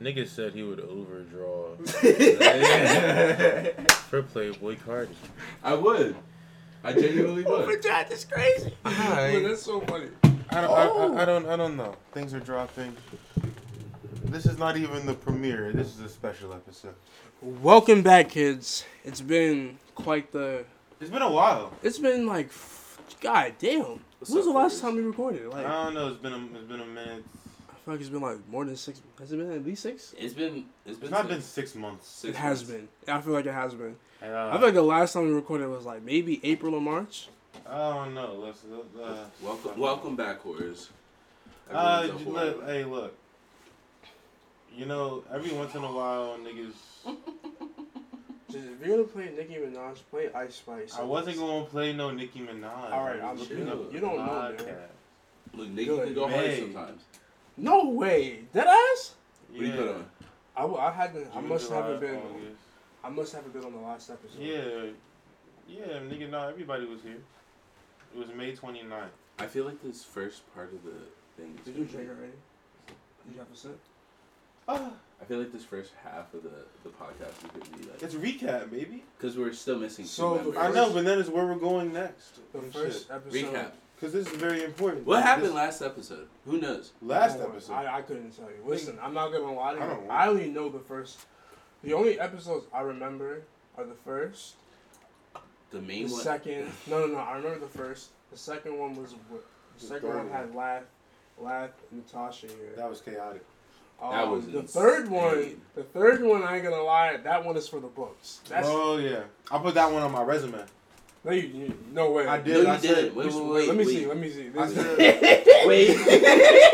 Niggas said he would overdraw Like, for Playboy Cardi. I would. I genuinely would. Overdraft is crazy. Look, I, that's so funny. I, don't, Oh! I, I, I don't I don't know. Things are dropping. This is not even the premiere. This is a special episode. Welcome back, kids. It's been quite the. It's been a while. It's been like, f- god damn. When What's was up, the last boys? time we recorded? Like, I don't know. It's been a, it's been a minute. I feel like it's been like more than six. Has it been at least six? It's been. It's It's not been six months. it Six has months. been. I feel like it has been. And, I uh, feel like the last time we recorded was like maybe April or March. I don't know. Let's, let uh, Welcome, welcome back, whores. Uh, Everyone's a j- whore. look, hey, look. You know, every once in a while, niggas. If you're gonna play Nicki Minaj, play Ice Spice. I wasn't gonna play no Nicki Minaj. All right, I I'm- was you looking don't- up you don't know, podcast. man. Look, Nikki Good can go hard man. sometimes. No way. That ass? What do you put Yeah. on? I, w- I hadn't. I June, must July, haven't been. August. I must haven't been on the last episode. Yeah, yeah, nigga. Nah, everybody was here. It was May 29th. I feel like this first part of the thing. is Did you gonna drink be- already? Did you have a sip? Ah, I feel like this first half of the the podcast is gonna be like it's recap, baby. because we're still missing two So, members. I know, but then it's where we're going next. The first episode. Recap. Because this is very important. What This- happened this- last episode? Who knows? last Don't worry, episode? I, I couldn't tell you. Listen, I'm not gonna lie to you. I I, don't only know the first. The only episodes I remember are the first, The the main one. second. No, no, no. I remember the first. The second one was what? The The second third one had one. Laugh, Laugh, Natasha here. That was chaotic. Um, That was the third one. insane. The third one, I ain't gonna lie. That one is for the books. That's oh yeah, I put that one on my resume. no, you, you, no way. I No, did. you I said- didn't. Wait, You- wait, let me wait, see. Let me see. I This said. wait.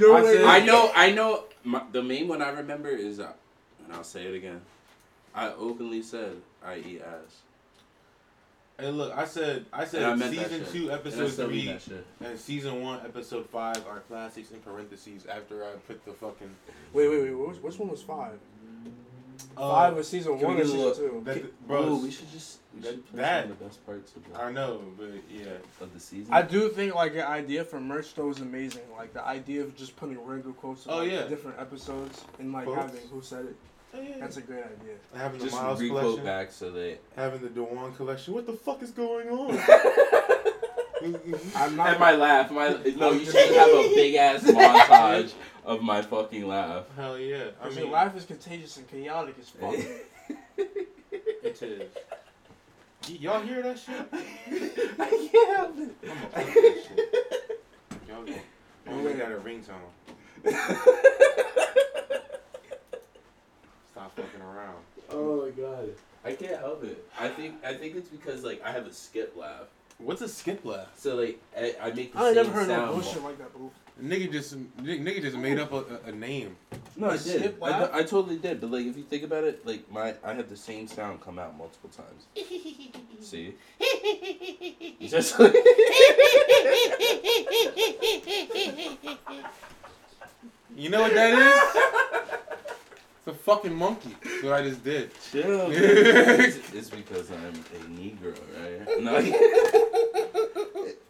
no I way. said- I know, I know. My, the main one I remember is, uh, and I'll say it again. I openly said I eat ass. Hey, look, I said, I And I said meant that season shit. two, And I episode still mean three, that shit. and season one, episode five are classics in parentheses. After I put the fucking Wait, wait, wait. Which, which one was five? uh, five was season can one we or get a season look? two. that, Bro, bro, we should just we should play that- some of the best parts of the, I know, but yeah, of the season. I do think like the idea for merch though is amazing. Like the idea of just putting random quotes on Oh, like, yeah. different episodes and like Quotes? having who said it. Oh, yeah. That's a great idea. having the just Miles requote collection, back so they. having the Dewan collection. What the fuck is going on? I'm not. And my laugh, my no, I'm you should just- just have a big ass montage of my fucking laugh. Hell yeah! I 'cause your mean, life is contagious and chaotic as fuck. it is. Y- y'all hear that shit? I'm I can't help it. gonna plug that shit. Y'all, y'all make that a ringtone. Stop fucking around. Oh my god, I can't help it. I think I think it's because like I have a skip laugh, What's a skip laugh? so like I, I make the I ain't same never heard sound. no bullshit like that, bro. Nigga just nigga, nigga just made up a, a, a name. No, I You did. skip I, laugh? I totally did. But like, if you think about it, like my I had the same sound come out multiple times. See, just like, You know what that is? it's a fucking monkey. That's what I just did. chill. it's, it's because I'm a Negro, right?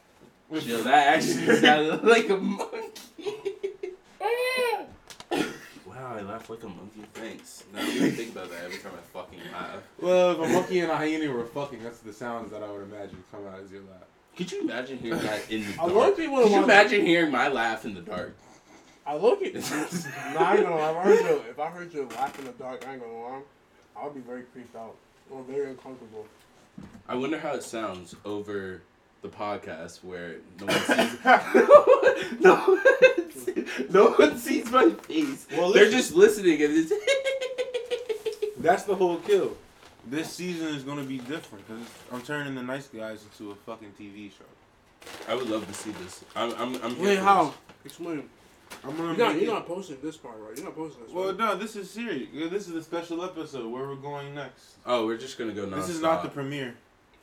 No, chill. That actually sounded like a monkey. wow, I laugh like a monkey. Thanks. Now I'm gonna think about that every time I fucking laugh. Well, if a monkey and a hyena were fucking, that's the sounds that I would imagine come out as your laugh. Could you imagine hearing that in the I dark? love people. Could you imagine hearing my laugh in the dark? I look at. nah, I ain't gonna lie. If I heard you, if I heard you laugh in the dark, I ain't gonna lie. I would be very creeped out or very uncomfortable. I wonder how it sounds over the podcast where no one sees no, one sees- no one sees my face. Well, They're listen. just listening and it's That's the whole kill. This season is gonna be different because I'm turning the nice guys into a fucking TV show. I would love to see this. I'm I'm, I'm here Wait, for how? Explain. I'm gonna You're not, make you're it- not posting this part, right? You're not posting this. Well, right? no, this is serious. This is a special episode where we're going next. this. Oh, we're just gonna go. This is not the premiere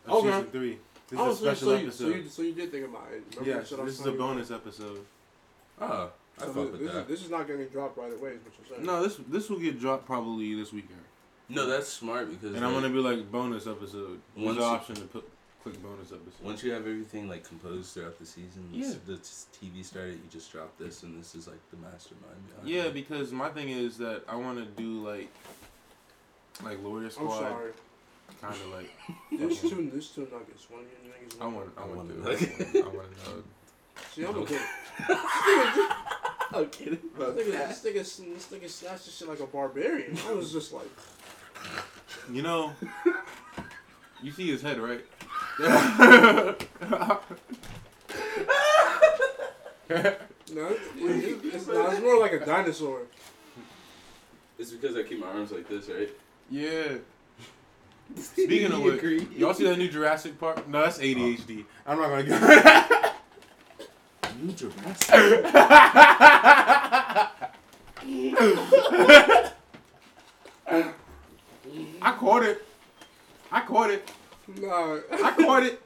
of Okay. season three. This Oh, is a so, special so, you, episode. so, you, so you did think about it. Remember Yes, what I was this is a telling you? bonus episode. Oh, I So fuck this, with this, that. Is, this is not getting dropped right away, is what you're saying. No, this this will get dropped probably this weekend, no, that's smart because and I'm like, gonna be like bonus episode. There's Once- an option to put Quick bonus episode. Once you have everything like composed throughout the season, Yeah. s- the t- TV started. You just drop this, and this is like the mastermind. behind Yeah, it. because my thing is that I want to do like, like Lawyer I'm Squad, sorry. kind of like There's two, there's two nuggets. One of you niggas. I want, I I want wanna to, know. I want to know. See, I'm okay. I'm kidding about This that. nigga, this nigga, this nigga snatched this shit like a barbarian. I was just like, You know, you see his head, right? no, it's, it's, it's, nah, it's more like a dinosaur. It's because I keep my arms like this, right? Yeah. Speaking of You which, agree? y'all see that new Jurassic Park? No, that's ADHD. Oh. I'm not gonna go. New Jurassic. I caught it. I caught it. Nah. I caught it.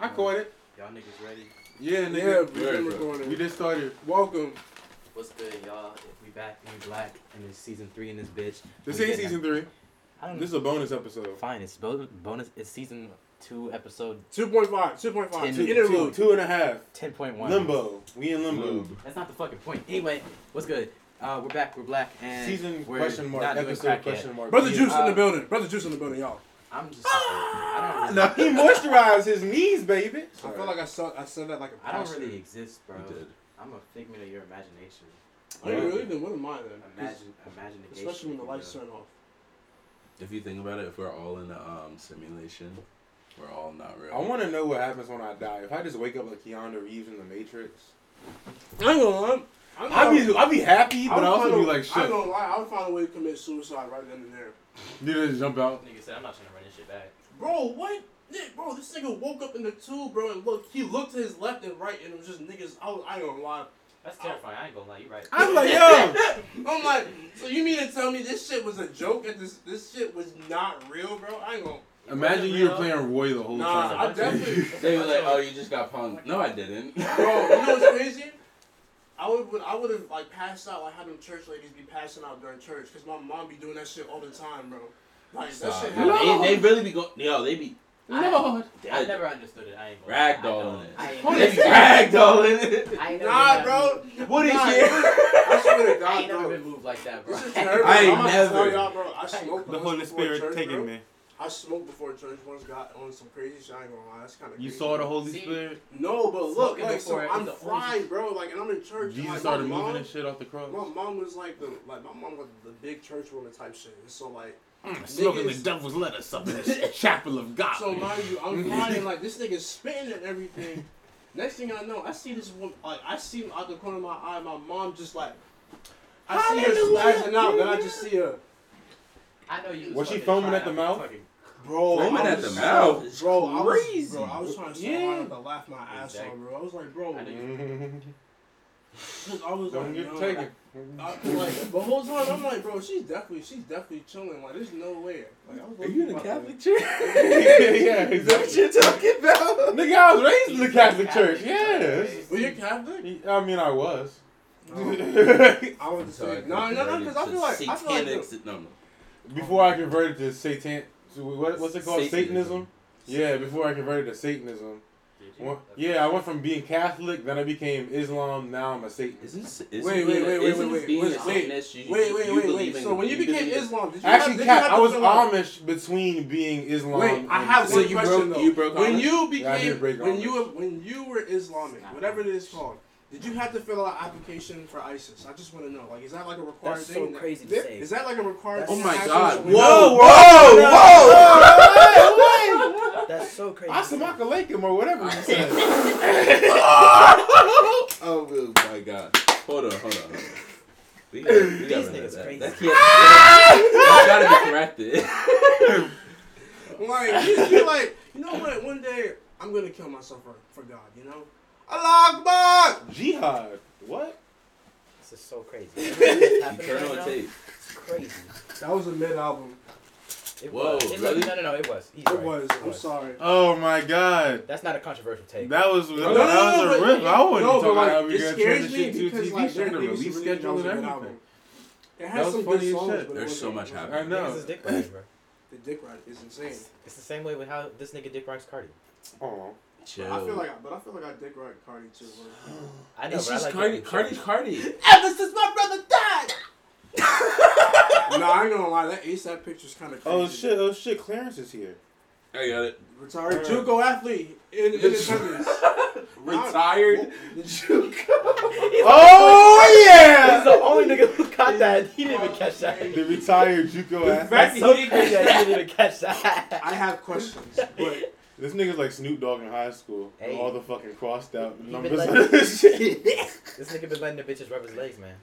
I caught it. Y'all niggas ready? Yeah, Yeah, nigga. we been Yeah, bro. We recording. just started. Welcome. What's good, y'all? We back and we black and it's season three in this bitch. This We ain't getting- season three. I don't This is a bonus episode. Fine, it's bo- bonus. It's season two, episode 2.5, 2.5. Interlude. two and a half. ten point one. Limbo. We in limbo. Lube. That's not the fucking point. Anyway, what's good? Uh, we're back. We're black and Season we're question mark. not doing Episode crack question yet. mark. Brother Yeah. Juice in Uh, the building. Brother Juice in the building, y'all. I'm just. I don't. Really, Now he moisturized his knees, baby. I feel like I saw, I said that like a I don't pastor. really exist, bro. You did. I'm a figment of your imagination. I ain't really been with mine then. 'cause- Imagine, imagination. Especially when the lights bro. turn off. If you think about it, if we're all in a um, simulation, we're all not real. I want to know what happens when I die. If I just wake up like Keanu Reeves in the Matrix, I ain't gonna lie. I'm, I'd be I'd be happy, but I also be like, I shit. ain't gonna lie. I would find a way to commit suicide right then and there. You just jump out. Nigga said I'm not trying to run this shit back. Bro, what? Ni- Bro, this nigga woke up in the tube, bro, and look, he looked to his left and right, and it was just niggas. I, was, I ain't gonna lie. That's terrifying. I ain't gonna lie. You right. I'm like, yo. I'm like, so you mean to tell me this shit was a joke and this this shit was not real, bro? I ain't gonna. Imagine you were playing Roy the whole Nah, time. I definitely. They were like, "Oh, you just got punked." No, I didn't. Bro, you know what's crazy? I would, would I would have like passed out like how them church ladies be passing out during church because my mom be doing that shit all the time, bro. Like that Stop. shit. Yo, happened. They, they really be going. Yo, they be. I- Lord. I never understood it. I ain't gonna lie. Ragdoll in it. I don't- I They ain't be ragdolling it. I ain't never Nah, been- bro. What is Nah, here? I swear to I God, ain't never bro. been moved like that, bro. This is terrible. I ain't I'm about to tell never. y'all, bro. I smoked the once Holy before Spirit church, taking bro. me. I smoked before church once. Got on some crazy shit. I ain't gonna lie. That's kind of. You saw the Holy See? Spirit. No, but look, Smoking like so, before I'm is the only- fried, bro. Like, and I'm in church. and, Jesus like, started my moving mom, and shit off the cross. My mom was like the like my mom was the big church woman type shit. And so like, Smoking the niggas- devil's lettuce up in the chapel of God. so mind you, I'm fried and like this nigga spitting and everything. Next thing I know, I see this woman. Like, I see out the corner of my eye, my mom just like. I see her spazzing out, then I just see her. I know you. Was she fucking foaming trying at the to mouth? fucking- Bro, Foaming I at was the so- mouth is Bro, I was, crazy. bro, I was trying to so Yeah. hard to laugh my ass Exactly. off, bro. I was like, bro, I knew cause I was Don't like, get no, taken. I, like, the whole time I'm like, bro, she's definitely, she's definitely chilling. Like, there's no way. Like, I was Are you in looking a at Catholic church? yeah, Is that what exactly. you're talking about? Nigga, I was raised in the Catholic Catholic Church. Yeah. my- Were you Catholic? I mean, I was. I was just saying, no, no, no, because I feel like, I feel like, Satanic- the- no, no. Before I converted to Satan, to what, what's it called? Satanism. Satanism. Yeah, before I converted to Satanism. Did you? One- yeah, I went from being Catholic, then I became Islam. Now I'm a Satanist. Isn't, isn't, Wait, wait, wait, wait, isn't wait, being wait, a Satanist, you- wait, wait, you wait, believe wait. in- So when you became believe in- Islam, did you have, Actually, did you Cap, have I to was fill out- Amish between being Islam. Wait, I and- have So one you question broke- though. you broke when Amish? you Yeah, I did became, break when Amish. you were, when you were Islamic, Nah. whatever it is called. Did you have to fill out application for ISIS? I just want to know. Like, is that like a required That's so thing? crazy to There- say. Is that like a required? That's Oh thing so that crazy. happens when- Whoa, whoa, No, no, whoa, whoa, whoa! That's so crazy. Asamaka Lakem or whatever you said. Oh my god. Hold on, hold on, hold on. We got, we got These rid of niggas that. crazy. That can't- That's gotta be corrected. Like, you you like, you know what? One day I'm gonna kill myself for, for God. You know, Allah Akbar. Jihad. What? This is so crazy. Everything that's happening Eternal right now, tape. It's crazy. That was a mid album. It Whoa, was. It really? was. No, no, no. It was. He's It right. was. I'm sorry. Oh my god. That's not a controversial take. That was that, no, no, was a but- rip. I wouldn't No, but talk about like, how we it got scares me transitioned to a because TV like, show there and a niggas really release think that schedule was and a good everything. album. It That has was some funny good as songs. but shit. it There's wasn't- so it much wasn't- I happening. know. Niggas is dick riding, bro. the dick ride is insane. It's the same way with how this nigga dick rocks Cardi. Oh, Chill. I feel like, I, but I feel like I dick ride Cardi too. Bro. I know, it's but I just like Cardi, that. Cardi, Cardi. Ever since my brother died. nah, I ain't gonna lie. That ASAP picture's kind of crazy. oh shit! Oh shit! Clarence is here. I got it. Retired JUCO athlete in, in his hundreds. Retired Juco. Oh He's yeah! the only nigga who caught that. He didn't Oh, even catch that. The retired JUCO athlete. That's so crazy that he didn't even catch that. I have questions, but This nigga's like Snoop Dogg in high school. Hey. All the fucking crossed out been numbers. like- and shit. This nigga been letting the bitches rub his legs, man.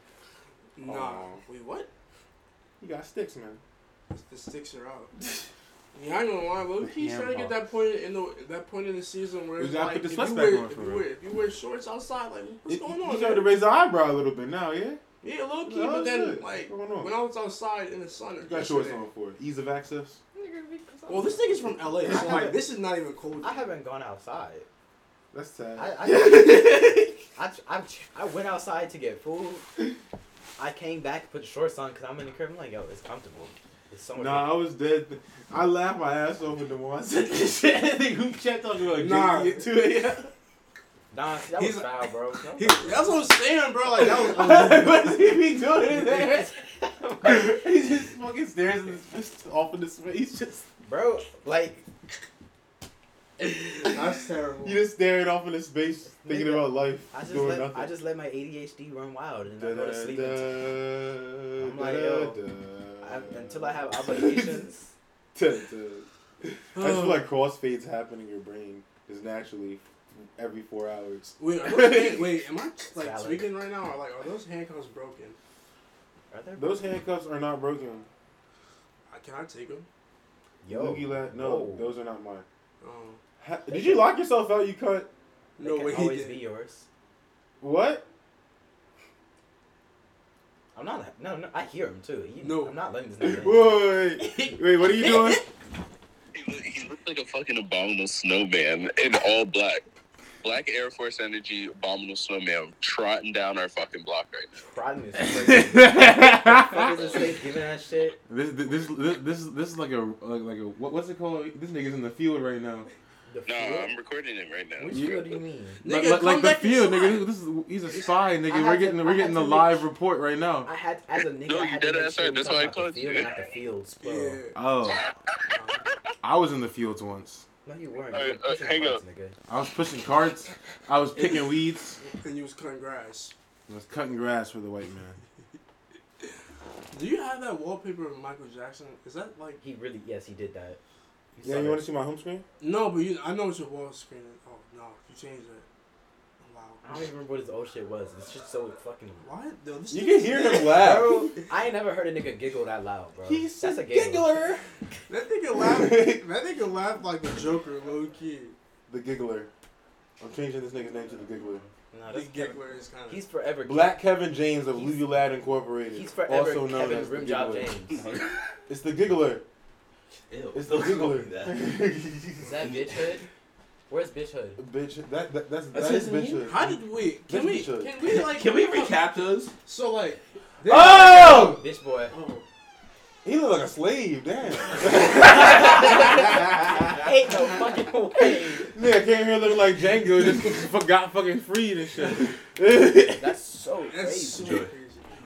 nah. Aw. Wait, what? You got sticks, man. The sticks are out. Yeah, I ain't gonna lie, but he's trying to get that point in the that point in the season where We it's gotta like, put the if, sluts you back wear, on if, for you real. wear, if you wear shorts outside, like what's You- going You on? started to man? raise the eyebrow a little bit now, yeah. Yeah, low key, Oh, but then shit. like What's going on? when I was outside in the sun, You got shorts on for it. Ease of access. Well, this nigga's from LA, so like this is not even cold. I haven't gone outside. That's sad. I- I, tr- I, tr- I went outside to get food. I came back, put the shorts on because I'm in the crib. I'm like, yo, it's comfortable. It's so much. nah, I was dead. I laughed my ass off in the morning. I said this shit. I think who kept talking about Nah. nah. Jay-Z at 2 a.m. Nah, see, that He's- was foul, bro. That was- That's what I'm saying, bro. Like that was. what is he be doing in there? he just fucking stares at his fist off in his face. He's just bro, like, That's terrible. you just staring off in his space, thinking Nigga, about life, I just doing let nothing. I just let my ADHD run wild and I Da- go to da- sleep da- until, I'm like, da- yo, da- I, until I have obligations. Da- da. I Um, just feel like crossfades happen in your brain just naturally every four hours. Wait, are those hand- wait, am I like Valid. tweaking right now? Or like, are those handcuffs broken? Are there Those handcuffs are not broken. Uh, Can I take them? Yo, Loogie La- no, Whoa. those are not mine. Um, Ha- did you lock yourself out? You cut they no can way he always did. be yours. what? I'm not. No, no, I hear him too. You, No. I'm not letting this nigga. in. Wait, wait, what are you doing? He look- he looks like a fucking abominable snowman in all black. Black Air Force Energy abominable snowman trotting down our fucking block right now. Problem is, this, fuck is this nigga giving that shit? this, this, this, this is like a like, like a what, what's it called? This nigga's in the field right now. The No, fuel? I'm recording it right now. Which You- fuel do you mean? Like, Nigga, like, like come the back field, inside. nigga. This is he's a spy, I nigga. had We're to- getting I we're had getting to a make- live report right now. I had as a nigga. No, I you had dead to make ass sure right. we That's talk why I about the called you. field and Not the fields, bro. Yeah. uh, Oh, I was in the fields once. No, you weren't. All You right, were uh, pushing hang carts, up. nigga. I was pushing carts. I was picking weeds. And you was cutting grass. I was cutting grass for the white man. Do you have that wallpaper of Michael Jackson? Is that like He really, yes, he did that. Yeah, you want to see my home screen? no? But you, I know it's your wall screen. Oh no, you changed it. Wow. I don't even remember what his old shit was. It's just so fucking. What? Yo, this You nigga- can hear him laugh. Bro, I ain't never heard a nigga giggle that loud, bro. That's a giggle. giggler. That nigga laughed. that nigga laughed like a Joker, low key. The giggler. I'm changing this nigga's name to the giggler. No, This that's Kevin. giggler is kind of. He's forever. Black Kevin James of He's- Lou Lad Incorporated. He's forever also known Kevin as the Rimjob giggler. James. It's the giggler. Ew. It's the Don't call me giggler. that. Is that bitchhood? Where's bitchhood? bitch. That, that that's That's that is his name? bitchhood. How did we? This Can we? bitch- Can we like? Can we recap those? So like. Oh! Bitch boy. Oh. He looked like a slave, damn. Ain't no fucking way. Nigga came here looking like Django, just fuck- got fucking freed and shit. That's so That's crazy. so Joy. crazy.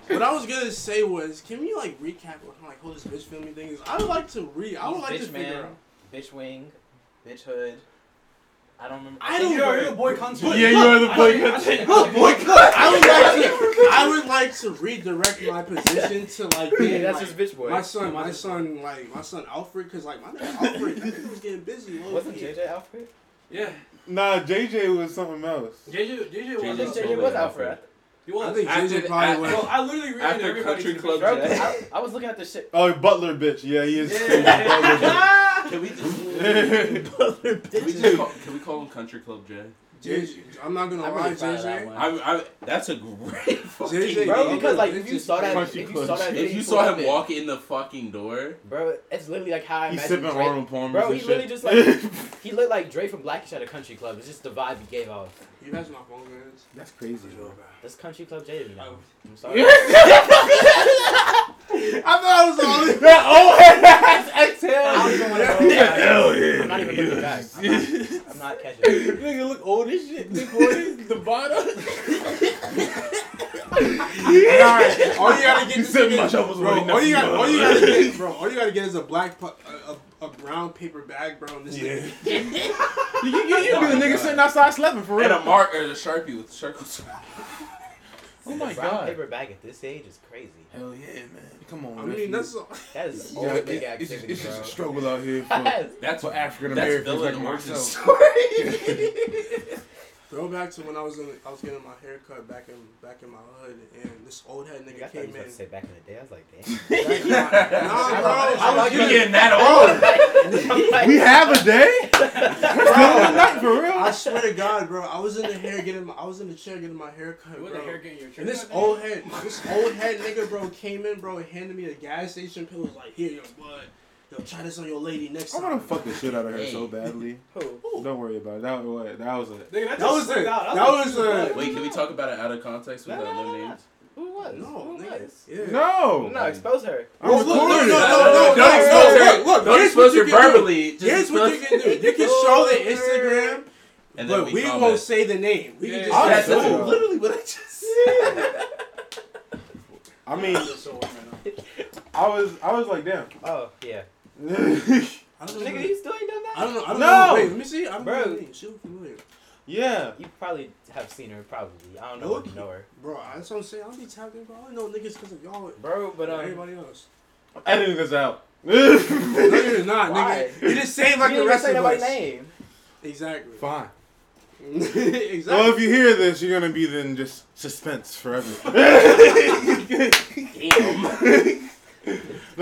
What I was gonna say was, can we like recap what kind of like whole this bitch filming thing is? I would like to read. I would He's like to bitch figure man. out. Bitch wing. Bitchhood. I don't remember. I think don't you are remember. you're a boy concert. yeah, you are the boy. I would like to. I would like to redirect my position to like Yeah, being that's like, just bitch boy. my son, my son, like my son Alfred, because like my nigga Alfred, that nigga was getting busy. low Wasn't key. JJ Alfred? Yeah, Nah, JJ was something else. JJ, JJ I JJ think was. JJ, JJ totally was Alfred. Alfred. he was. I think After JJ the- probably after- was. Bro, I literally read After everybody's Country description. Bro, Jack. I, I was looking at this shit. Oh, Butler bitch. Yeah, he is. Can we just can we just Bitch. call, can we call him Country Club J? JJ, I'm not gonna I'm lie, really proud of that JJ. one. I, I, that's a great fucking. JJ, name. Bro, because like if you saw that, if Crunchy you saw that, if video you saw clip him it- walk in the fucking door, bro, it's literally like how I He's imagine sipping Drake. Arnold Palmer. Bro, and he shit. really just like he looked like Dre from Blackish at a country club. It's just the vibe he gave off. You guys, my phone rings. That's crazy, bro. That's country club J to me now. Oh. I'm sorry. I thought I was the only. That old ass exhale. I Except my job was Bro, already all you got, nothing, bro. all you gotta get, bro, all you gotta get is a black, pu- a, a, a brown paper bag, bro. And this Yeah. thing. You, you, you, be the nigga sitting outside slapping for real. And a mark or a sharpie with circles. Oh my brown god. paper bag at this age is crazy. Hell yeah, man. Come on, I man. mean, that's That is Yeah, all it- big it's, just, activity, it's just a bro. struggle out here for, Yes. That's for what African that's Americans like villain origin myself. story. throwback to when I was in, I was getting my hair cut back in, back in my hood, and this old head Nigga, nigga I thought you came was in. about to say back in the day. I was like, damn. Nah, bro, I I was like You're getting. getting that old. I'm like, Oh, We have a day? Not for real. I swear to God, bro, I was in the hair getting, my, I was in the chair getting my hair cut, bro. And this old head, this old head nigga, bro, came in, bro, and handed me a gas station pill. Was like, here, your blood. Yo, try this on your lady next I time. want to fuck the shit out of her Hey. so badly. who? Don't worry about it. That was that was it. That was it. Nah, That that's was what you it. do. Wait, can we talk about it out of context No, without no, no no, no. names? Who was? No, Who nigga. was? Yeah. Oh, No. No, expose her. I'm Well, look, recording. no, no, no, no, don't no, expose her. look, look, don't here's expose what you her can do. verbally. Just Here's what you expose- can do. You can show the Instagram, And then but we comment. won't say the name. We Yeah, can I'll that's just say say it. it. literally what I just said. I mean, I was I was like, damn. Oh, yeah. I don't Nigga, know. you still ain't done I that? don't know. I don't No. know. Wait, let me see. I don't Bro. know. the name. She look familiar. yeah. You probably have seen her, probably. I don't know Nope. if you know her. Bro, that's what I'm saying. I don't be tapped in, bro. I only know niggas because of y'all. Bro, but But um, everybody else. I'm editing this out. No, you're not, Why? nigga. You just saying like you the didn't even rest say of nobody's us. name. Exactly. Fine. exactly. Well, if you hear this, you're gonna be in just suspense forever. but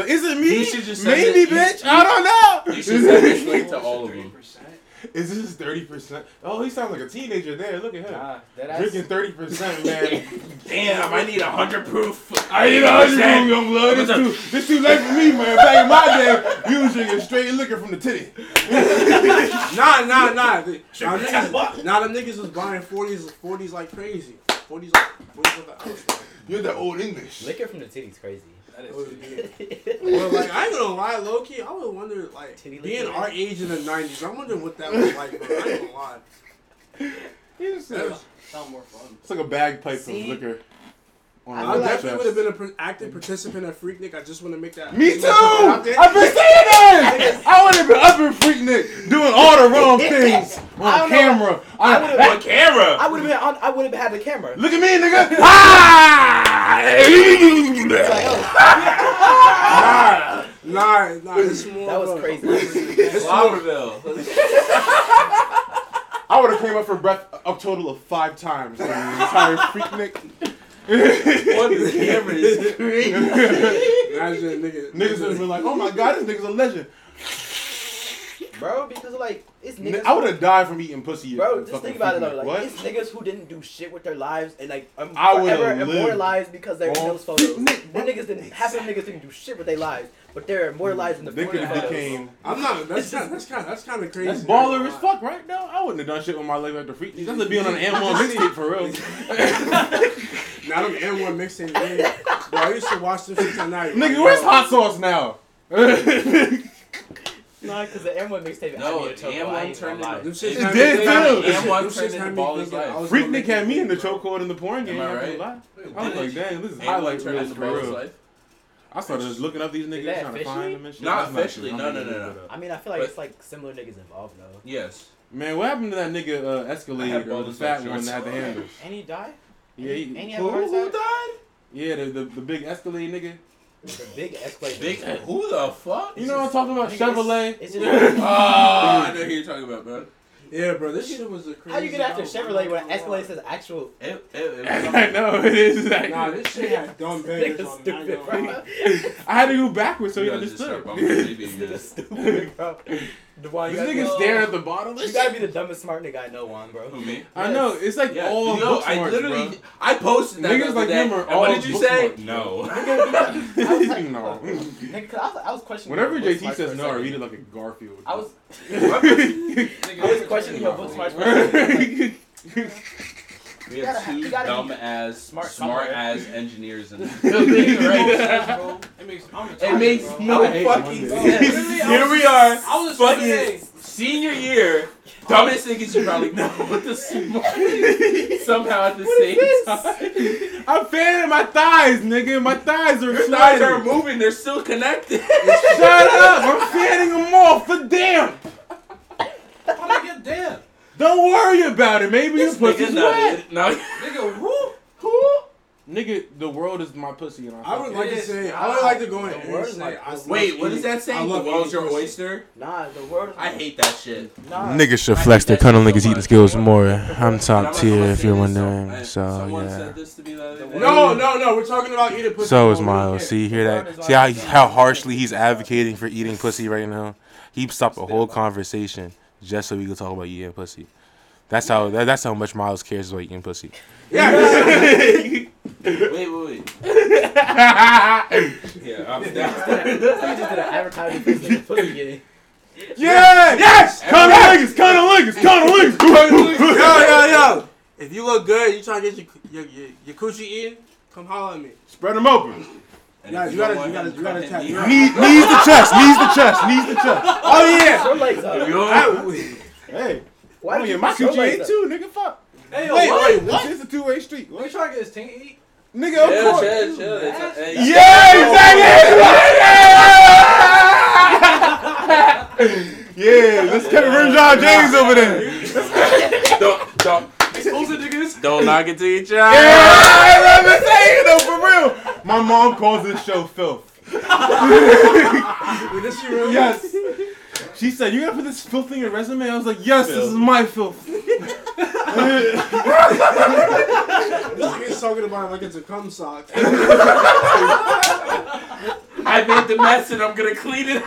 is it me? You should just send Maybe, it- you- bitch. I don't know. You should send this link to all of them. Is this thirty percent? Oh, he sounds like a teenager there. Look at him. Nah, that ass. Drinking thirty percent, man. Damn, I need a hundred proof. I ain't a hundred room, young blood. It's too, it's too late for me, man. Back in my day, you was drinking straight liquor from the titty. Nah, nah, nah. The- Nah, niggas, nah, them niggas was buying 40s, 40s like crazy. 40s like, 40s like the ounce, bro. You're the old English. Liquor from the titty's crazy. That was good. Well, like, I ain't gonna lie, low key, I would wonder, like, Titty being liquor. our age in the 90s, I wonder what that was like, bro. I ain't gonna lie. It's Sound more fun. like a bagpipe of See? liquor. On I a little definitely would have chest. been an active participant at Freaknik. I just want to make that. Me too! I've been saying I, that! I would have been up in Freaknik doing all the wrong things I on don't know. camera. I, I would've been- On camera. I would have been on. I would have had the camera. Look at me, nigga! Ah! nah, nah, it's more. That was of a- crazy. It's more, Slobberville. I would have came up for breath a total of five times during the entire Freaknik. On the camera is crazy. imagine niggas. Niggas would have been like, oh my god, this nigga's a legend. bro. Because like it's Ni- niggas. I would have died from eating pussy. at Bro, the just fucking think about it Freaknik. though. Like what? it's niggas who didn't do shit with their lives and like um, I would've forever lived immortalized because they're in on those photos. Them Freaknik, bro. niggas didn't. Half of them niggas didn't do shit with their lives, but they're immortalized in the They could foreign have photos. became. I'm not. That's kind. That's kind. That's kind of crazy. That's baller as fuck right now. I wouldn't have done shit with my life after freak. That's like being on an M1 mixtape for real. Now them and one mixing. Bro, I used to watch them shit tonight. Nigga, where's hot sauce now? it Nah, because the M1 mixtape. No, I mean, the M1 turned Them into. life. shits It had did me- too. them And one shits turned had into me Ball is thinking Life. I was gonna Freaknik make had it me in the big, bro. chokehold in the porn game. Am I I, right? lie. And I was like, dang, this is one highlight turned reels into for Ball is real. life. I started just looking up these niggas that trying to find officially? them and shit. Not That's officially, true. no, I'm no, gonna no, look no. it up. I mean, I feel like But- it's like similar niggas involved though. Yes. Man, what happened to that nigga uh, Escalade or Ball the is fat Life one shorts. that had the handles? And he died. Yeah, And he he, had a heart attack? yeah, the, the the big Escalade nigga. The big Escalade. Big. Who the fuck? You know what I'm talking about? Nigga, Chevrolet. it's- it's just- Oh, I know who you're talking about, bro. Yeah, bro, this shit was a crazy. How you get after album. Chevrolet when Escalade says actual? It, it, it was I know it is. Like, Nah, this shit had dumb bangers Nigga on it. I ain't stupid, gonna lie. bro. I had to go backwards so You he guys just understood. start bumping baby Nigga again. stupid, bro. Dwan, you This gotta, nigga be- staring at the bottle. you gotta be the dumbest smart nigga I know, Juan, bro. Who me? I know. It's like Yeah. all no, book I smarts, literally I posted that. Niggas the other like day, him are and what all did you book say? smarts. No. bro. I was like, no. Nigga, 'cause I was, I was questioning. Whenever your book JT smarts for says a no, I second. read it like a Garfield. I was, I was Nigga, questioning your book smarts. For a second. Like, Nigga, we gotta- have two you gotta dumb be ass, smart, smart ass engineers in this building right bro, it makes I'm a It makes bro. no I hate Mondays. fucking sense. Here we are, I was just fucking saying, senior year, Dumbest niggas you probably know, but the smartest somehow at the same time. I'm fanning my thighs, nigga. My thighs are Your thighs sliding. are moving, they're still connected. Shut up! I'm fanning them off for damn. How did I get damn? Don't worry about it. Maybe your This nigga pussy's wet. not- not- Nigga, who? Nigga, the world is my pussy, and I. I fuck would it. like to is. say, I would like to go in The here word and is say, like I this. Wait, what is that I saying? The love world's eating your pussy. oyster? Nah, the world. I hate that shit. Nah. Niggas should I flex their hate that cuddle shit so niggas eating much. skills more. I'm And top I'm not tier gonna if say you're this, wondering. I- So someone yeah. said this to me the other day. No, no, no. We're talking about eating pussy. So is We don't Miles. care. See, you hear that? See how how harshly he's advocating for eating pussy right now. He stopped a whole conversation just so we could talk about eating pussy. That's how that, that's how much Miles cares about eating pussy. Yeah. Wait, wait, wait. Yeah, I'm down. I just did an advertisement for this nigga pussy getting. Yeah! Yes! Kinda niggas, kinda niggas, yo, kinda yo, yo. If you look good, you trying to get your your, your, your coochie eaten. Come holler at me. Spread them open. And Nah, if you gotta- you don't want gotta- him to you gotta come in tap- deep- you gotta- Knees, knees the chest, knees the chest, knees the chest. Oh yeah. Your legs up. You I, don't- wait, Hey, Why oh, did yeah, you my put your coochie legs ate up? too, nigga. Fuck. Hey, yo, what? wait, what? This is a two-way street. What you trying to get his team eat? Nigga, Yeah, of course. chill, chill. It's- hey, Yeah, yeah, yeah. That's Kevin Rimshaw James over there. Don't, don't. Older niggas. Don't knock it till you try. Yeah, I'm just saying though, for real. My mom calls this show filth. wait, this shit really? Yes. She said, "You gotta put this filth in your resume." I was like, "Yes, this is my filth." This nigga's talking about it like it's a cum sock. I made the mess and I'm gonna clean it.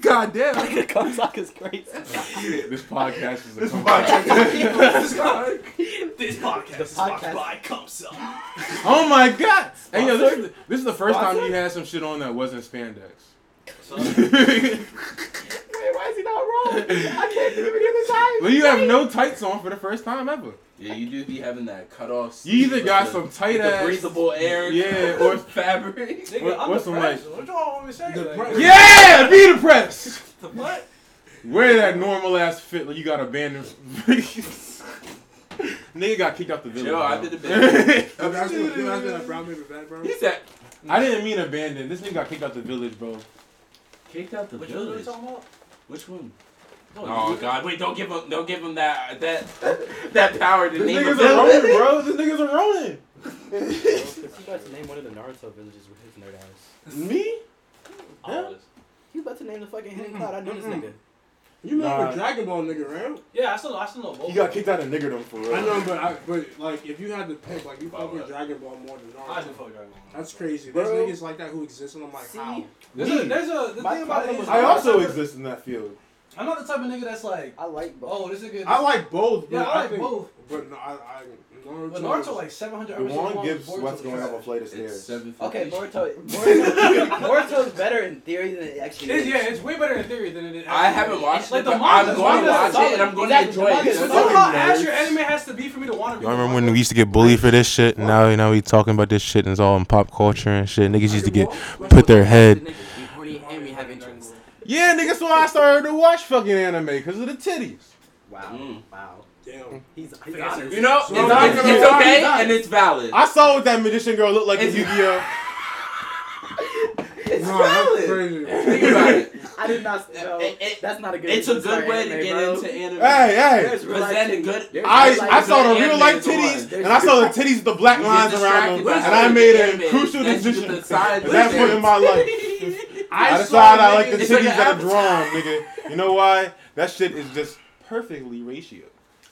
God damn. Your cum sock is crazy. This podcast is a This podcast is podcast. sponsored by Cumsuck. Oh my god! Hey yo, this is the, this is the first time you had some shit on that wasn't spandex. why is he not wrong? I can't even get the time. well, you have no tights on for the first time ever. Yeah, you do be having that cut off. You either got with the- some tight with the ass- breathable air. Yeah, or- fabric. Nigga, What- I'm what's the depressed. mic? What y'all want me to say? The Like, pre- Yeah, be depressed. the what? Wear that normal ass fit like you got abandoned. Nigga got kicked out the village. Yo, I bro. did abandoned. Yo, that's been- yo, that's been a brown paper bag, bro. He said, I didn't mean abandoned. This nigga got kicked out the village, bro. "Kicked out the Which one are we village." talking about? Which one? Oh, Oh God! Wait, don't give him, don't give him that that that power to This name a nigga's a village. Ronin, bro. This nigga's a Ronin. You about to name one of the Naruto villages with his nerd ass. Me? Oh, You about to name the fucking Hidden Cloud. I knew this nigga. You remember Nah. Dragon Ball nigga, right? Yeah, I still, I still know both. He got kicked out of niggerdom for real. I know, but I, but like if you had to pick, like you fuck Ball, with right? Dragon Ball more than I still Naruto. fuck with Dragon Ball. That's crazy. Bro. There's niggas like that who exist, and I'm like, See? how? There's Me. a, there's a, the My thing about it problem is, was- I I'm not the also type of- exist in that field. I'm not the type of nigga that's like, I like both. oh, this nigga. I like both, but Yeah, I like think, both. But no, I, I Naruto. But Naruto like 700 The episodes one long, gives Boruto's what's going trash. up a flight of It's stairs. seven. Oh, Okay, fifty. Boruto. Boruto- Boruto's better in theory than it actually It is, is. yeah, it's way better in theory than it is. I haven't watched Like it, the but I'm manga is going to really watch solid. it and I'm going Exactly, to the enjoy manga it. is That's That's solid. all. Fucking how ass your nerds. anime has to be for me to want to. Y'all remember when we used to get bullied for this shit? Now, now we talking about this shit and it's all in pop culture and shit. Niggas used to get put their head. Yeah, nigga, so I started to watch fucking anime because of the titties. Wow. Mm. Wow. damn. He's, he's Fair. honest. You know, So it's, I'm it's, gonna it's watch okay that. and it's valid. I saw what that magician girl looked like in It's- Yu-Gi-Oh. It's Nah, that's valid. crazy. Think about it. I did not. No, It- it- that's not a good. It's a reason to good start way anime, to get bro. into anime. Hey, hey. There's real Present a life- good. there's I, real life I saw the anime real life is the one. titties and I saw the titties with the black You get lines around them distracted by and I the made a anime. crucial That's just decision the side at that point in my life. I, decided I like the It's titties like an that are avatar. drawn, nigga. You know why? That shit is just perfectly ratio.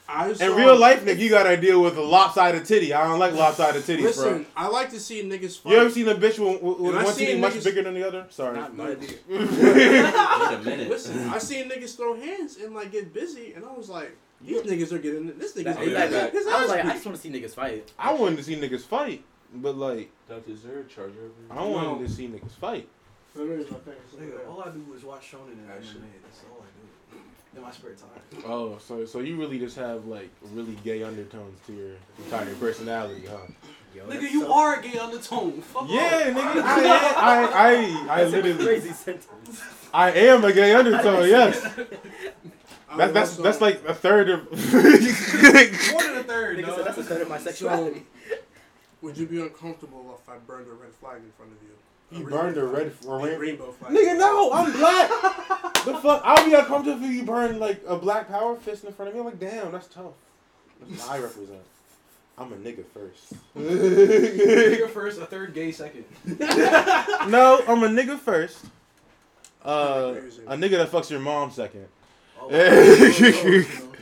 I saw, In real life, nigga, you gotta deal with a lopsided titty. I don't like lopsided titties, listen, I like to see niggas fight. bro. You ever seen a bitch with, with with Have I one titty seen much niggas- bigger than the other? Sorry. Not my idea. Wait a minute. Listen, I seen niggas throw hands and like get busy, and I was like, these niggas are getting this niggas. That- getting that- his- his I was ass like, I beat. just want to see niggas fight. I wanted to see niggas fight, but like, Doctor, is there a charger? I wanted to see niggas fight. That is my thing. So, Nigga, yeah. all I do is watch Shonen and anime. Actually. That's all I do in my spare time. Oh, so so you really just have like really gay undertones to your entire personality, huh? Yo, Nigga, that's you so- are a gay undertone. Fuck Yeah, off. nigga. I I I, I That's a literally crazy sentence. I am a gay undertone. Yes. That's that's also- that's like a third of. More than a third, Nigga said that's a dog. third of my sexuality. Would you be uncomfortable if I burned a red flag in front of you? He burned a red f- a a rain- rainbow flag. Nigga, no, I'm black. the fuck, I'll be uncomfortable if you burn like a black power fist in front of me. I'm like, damn, that's tough. That's what I represent. I'm a nigga Nigga first. first, a third gay second. no, I'm a nigga first. Uh, a nigga that fucks your mom second. Oh, hey,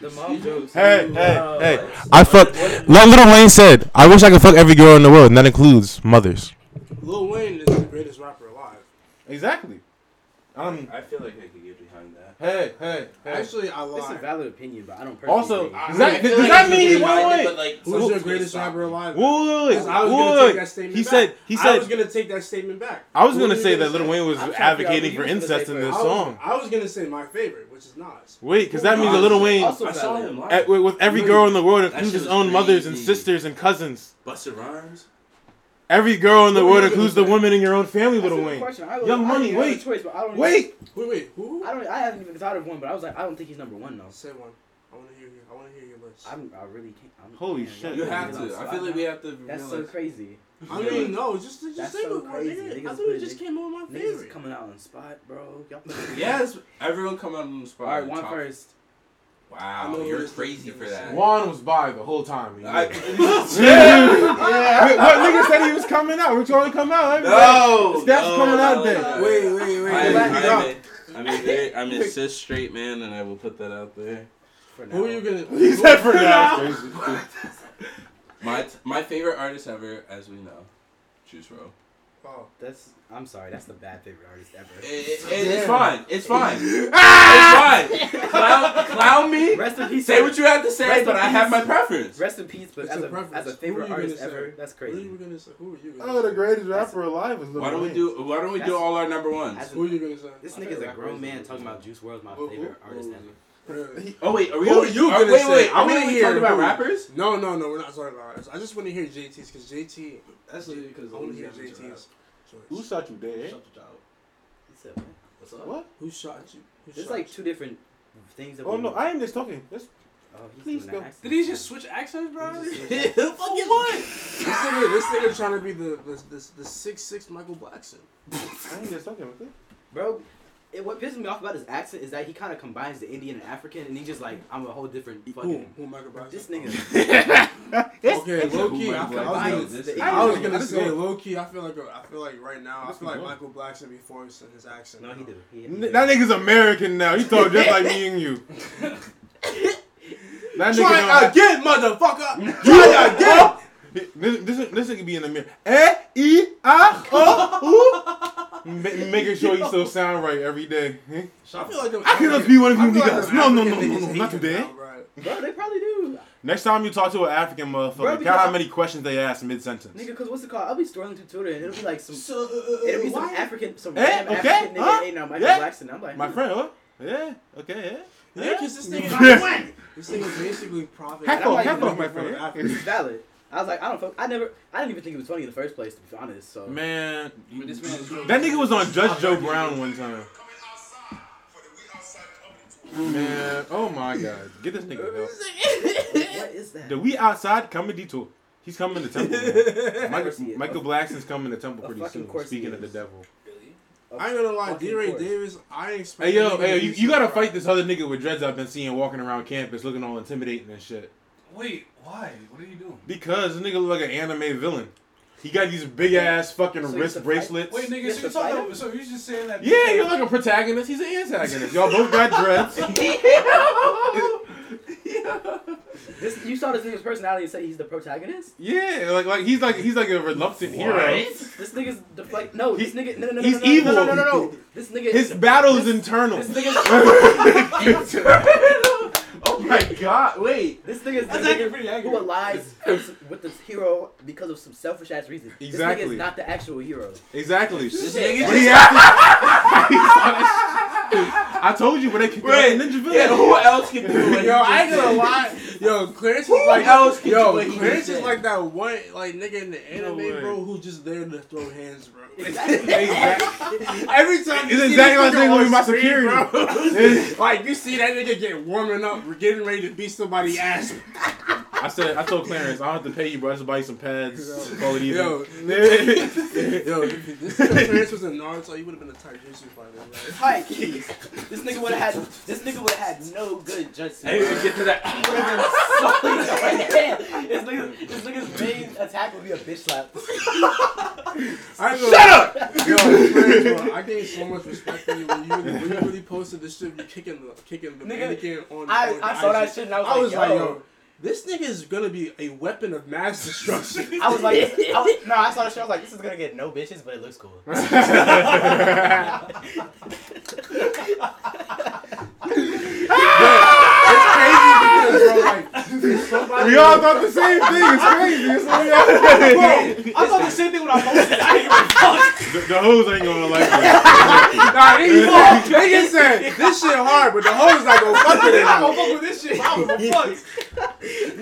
The mom jokes. hey, Wow. hey! I fuck. What- Like Little Wayne said, I wish I could fuck every girl in the world, and that includes mothers. Lil Wayne is the greatest rapper alive. Exactly. I'm. I feel like I could get behind that. Hey, hey, hey. Actually, I That's a lied. valid opinion, but I don't personally. Also, agree. does that, does that mean he wait, wait, Who's your greatest rapper alive? wait, wait, Because I was gonna take wait. that statement He back. said. He I said. was gonna take that statement back. I was gonna What were say you that Little Wayne was I'm trying to advocating figure for out what he was gonna incest say in first. this I was, song. I was gonna say my favorite, which is Nas. Wait, because that means that Little Wayne, Also I saw valid. him live. at, with with every Dude, girl in the world, shit includes his was own mothers and crazy. sisters and cousins. Buster Rhymes. Every girl in the What were world you gonna includes the say? women in your own family, That's a Little good Wayne. question. I don't- Young I Money, didn't have a wait. choice, but I don't- Wait, Wait, wait, who? I don't. I haven't even thought of one, but I was like, I don't think he's number one though. Say one. I wanna hear you. I wanna hear your list. I'm, I really can't. I'm, Holy man, shit. y'all Yeah, You really have to. getting on the I spot feel like now. we have to. That's so realize- crazy. I mean, no, just just That's say so what crazy. nigga. I Niggas thought put it it just in- came on my Niggas is favorite. coming out on the spot, bro. Y'all. Yes, everyone come out on the spot. All right, one Top- first. I'm Wow, over you're this crazy nigga for shit. that. Juan was by the whole time. you I, know. Wait, what nigga said he was coming out? We're trying to come out. everybody. no, Steph's no, coming out no, there. no. Wait, wait, I, wait. I, go back, go. I'm, a, I'm, a very, I'm a cis straight man, and I will put that out there. For now. Who are you gonna? He said for now. My t- my favorite artist ever, as we know, Juice Row. Oh, That's. I'm sorry. That's the bad favorite artist It, ever. it, it- Damn. it's fine. It's fine. it's fine. Clown, clown me. Rest in peace. Say what you have to say, Rest but in I have peace. my preference. Rest in peace, but It's as a a, preference. as a Who are favorite you artist gonna say? ever, that's who are crazy. you gonna say? Who are you? Gonna Oh, the say? greatest rapper alive is Little Why don't we Wayne. do Why don't we do That's- all our number ones? that's- Who are you gonna say? This I nigga's said a that grown crazy. man talking about Juice WRLD's my Who- who- favorite artist who- ever. Really? Oh wait, are we? Who Who are you Are, gonna wait, say? wait. I Are we wanna only hear talking about who- rappers? No, no, no. We're not talking about this. I just want to hear JT's because JT. That's literally because I the want to only hear JT's. damage to rap. choice. Who shot you dead? Shut the child. He said, "What?" What's up? What? Who shot you? Who There's shot like you? two different things that. Oh we- no, I am just talking. That's Oh, he's Please doing go. an accent. Did he just switch accents, bro? He just For what? This nigga, this nigga trying to be the the the, the six six Michael Blackson. I ain't just talking with it. Bro, it, what pisses me off about his accent is that he kind of combines the Indian and African, and he just like I'm a whole different Who? fucking. Who Michael Blackson? This nigga. This okay, low key. I, feel, I was Michael gonna, Blackson. I was gonna I just say go- low key. I feel like I feel like right now. I Just feel like go. Michael Blackson before his, his accent. no, he did. He, he N- That nigga's American now. He talk just like me and you. That nigga Try don't- again, motherfucker. Try again. This this this nigga be in the mirror. Eh, e, ah, oh, ooh. Ma- making sure you still sound right every day. Eh? I feel like them- I cannot be one of I you feel like niggas. them No, no, no, African no, no, niggas not hate today. him now, bro. Bro, they probably do. Next time you talk to an African Bro, motherfucker, count because how I- many questions they ask mid sentence. Nigga, cause what's it called? I'll be strolling through Twitter and it'll be like some. So It'll be uh, some why? African, some Eh, random okay, African nigga huh? hating on Michael Yeah. Blackson. I'm like, My hmm. friend, what? Yeah, okay, yeah. Yeah, 'cause this nigga- This nigga basically profit. Half off, I'm like, half you off, my know, friend. African. It's valid. I was like, I don't fuck. I never. I didn't even think it was funny in the first place, to be honest. So Man, But this man is- that nigga was on Judge Joe Brown one time. Man, oh my god, get this nigga out. what is that? The we outside comedy tour. He's coming to temple. man. course he Michael, Michael is. Blackson's coming to temple Of pretty fucking soon. course Speaking he of the is. devil. I ain't gonna lie, Fucking D. Ray course. Davis. I ain't expect. Hey yo, him to hey yo, be you, you gotta super fight this other nigga with dreads I've been seeing walking around campus looking all intimidating and shit. Wait, why? What are you doing? Because this nigga look like an anime villain. He got these big ass fucking So he's wrist a fight- bracelets. Wait, nigga, Yes, so the you're talking fighter? about, so you're just saying that. yeah, you're like a protagonist. He's an antagonist. Y'all both got dreads. This, you saw this nigga's personality and said he's the protagonist. Yeah, like like he's like he's like a reluctant hero. This nigga's deflect. No, He- this nigga. No, no, no, he's no, no, evil. No, no, no, no, no. This nigga. His battle is internal. This nigga. Oh my god! Wait. This nigga is the That's actually nigga pretty who accurate. allies with this hero because of some selfish ass reason. This nigga Exactly. is not the actual hero. Exactly. This But he nigga acted- I told you when they kicked him out Wait, of Ninja Village. Yeah, who else can do Yo, it? I ain't gonna lie. Yo, Clarence is like else can yo, play Clarence this? is like that one like nigga in the anime, way. bro, who's just there to throw hands, bro. Exactly. Every time you It's see that exactly what I nigga think on with my screen, security. bro, like you see that nigga get warming up, getting ready to beat somebody's ass. I said, I told Clarence, I don't have to pay you, bro. I just buy you some pads. Call it even. Yo, yo, if this nigga Clarence was in Naruto, he would have been a Taijutsu fighter. Right? Hi, keys. This nigga would have had. This nigga would have had no good jutsu. I didn't even get to that. He would have been so damn. This nigga, this nigga's main attack would be a bitch slap. I Shut up! Yo, Clarence, bro, I gained so much respect for you when you really, when you really posted this shit. You kicking the kicking the Nigga, mannequin on. I, on I saw IG. that shit and I was, I was like, like, yo. yo, this nigga is gonna be a weapon of mass destruction. I was like, I was, no, I saw the show. I was like, this is gonna get no bitches, but it looks cool. it's crazy because, bro, like, somebody. We all thought the same thing. It's crazy. It's like, I thought the same thing when I posted. I didn't give a fuck. the, the hoes ain't gonna like that. Nah, they, just- they just said, this shit hard, but the hoes not gonna fuck with it. Nah, I don't fuck with this shit. I don't give a fuck.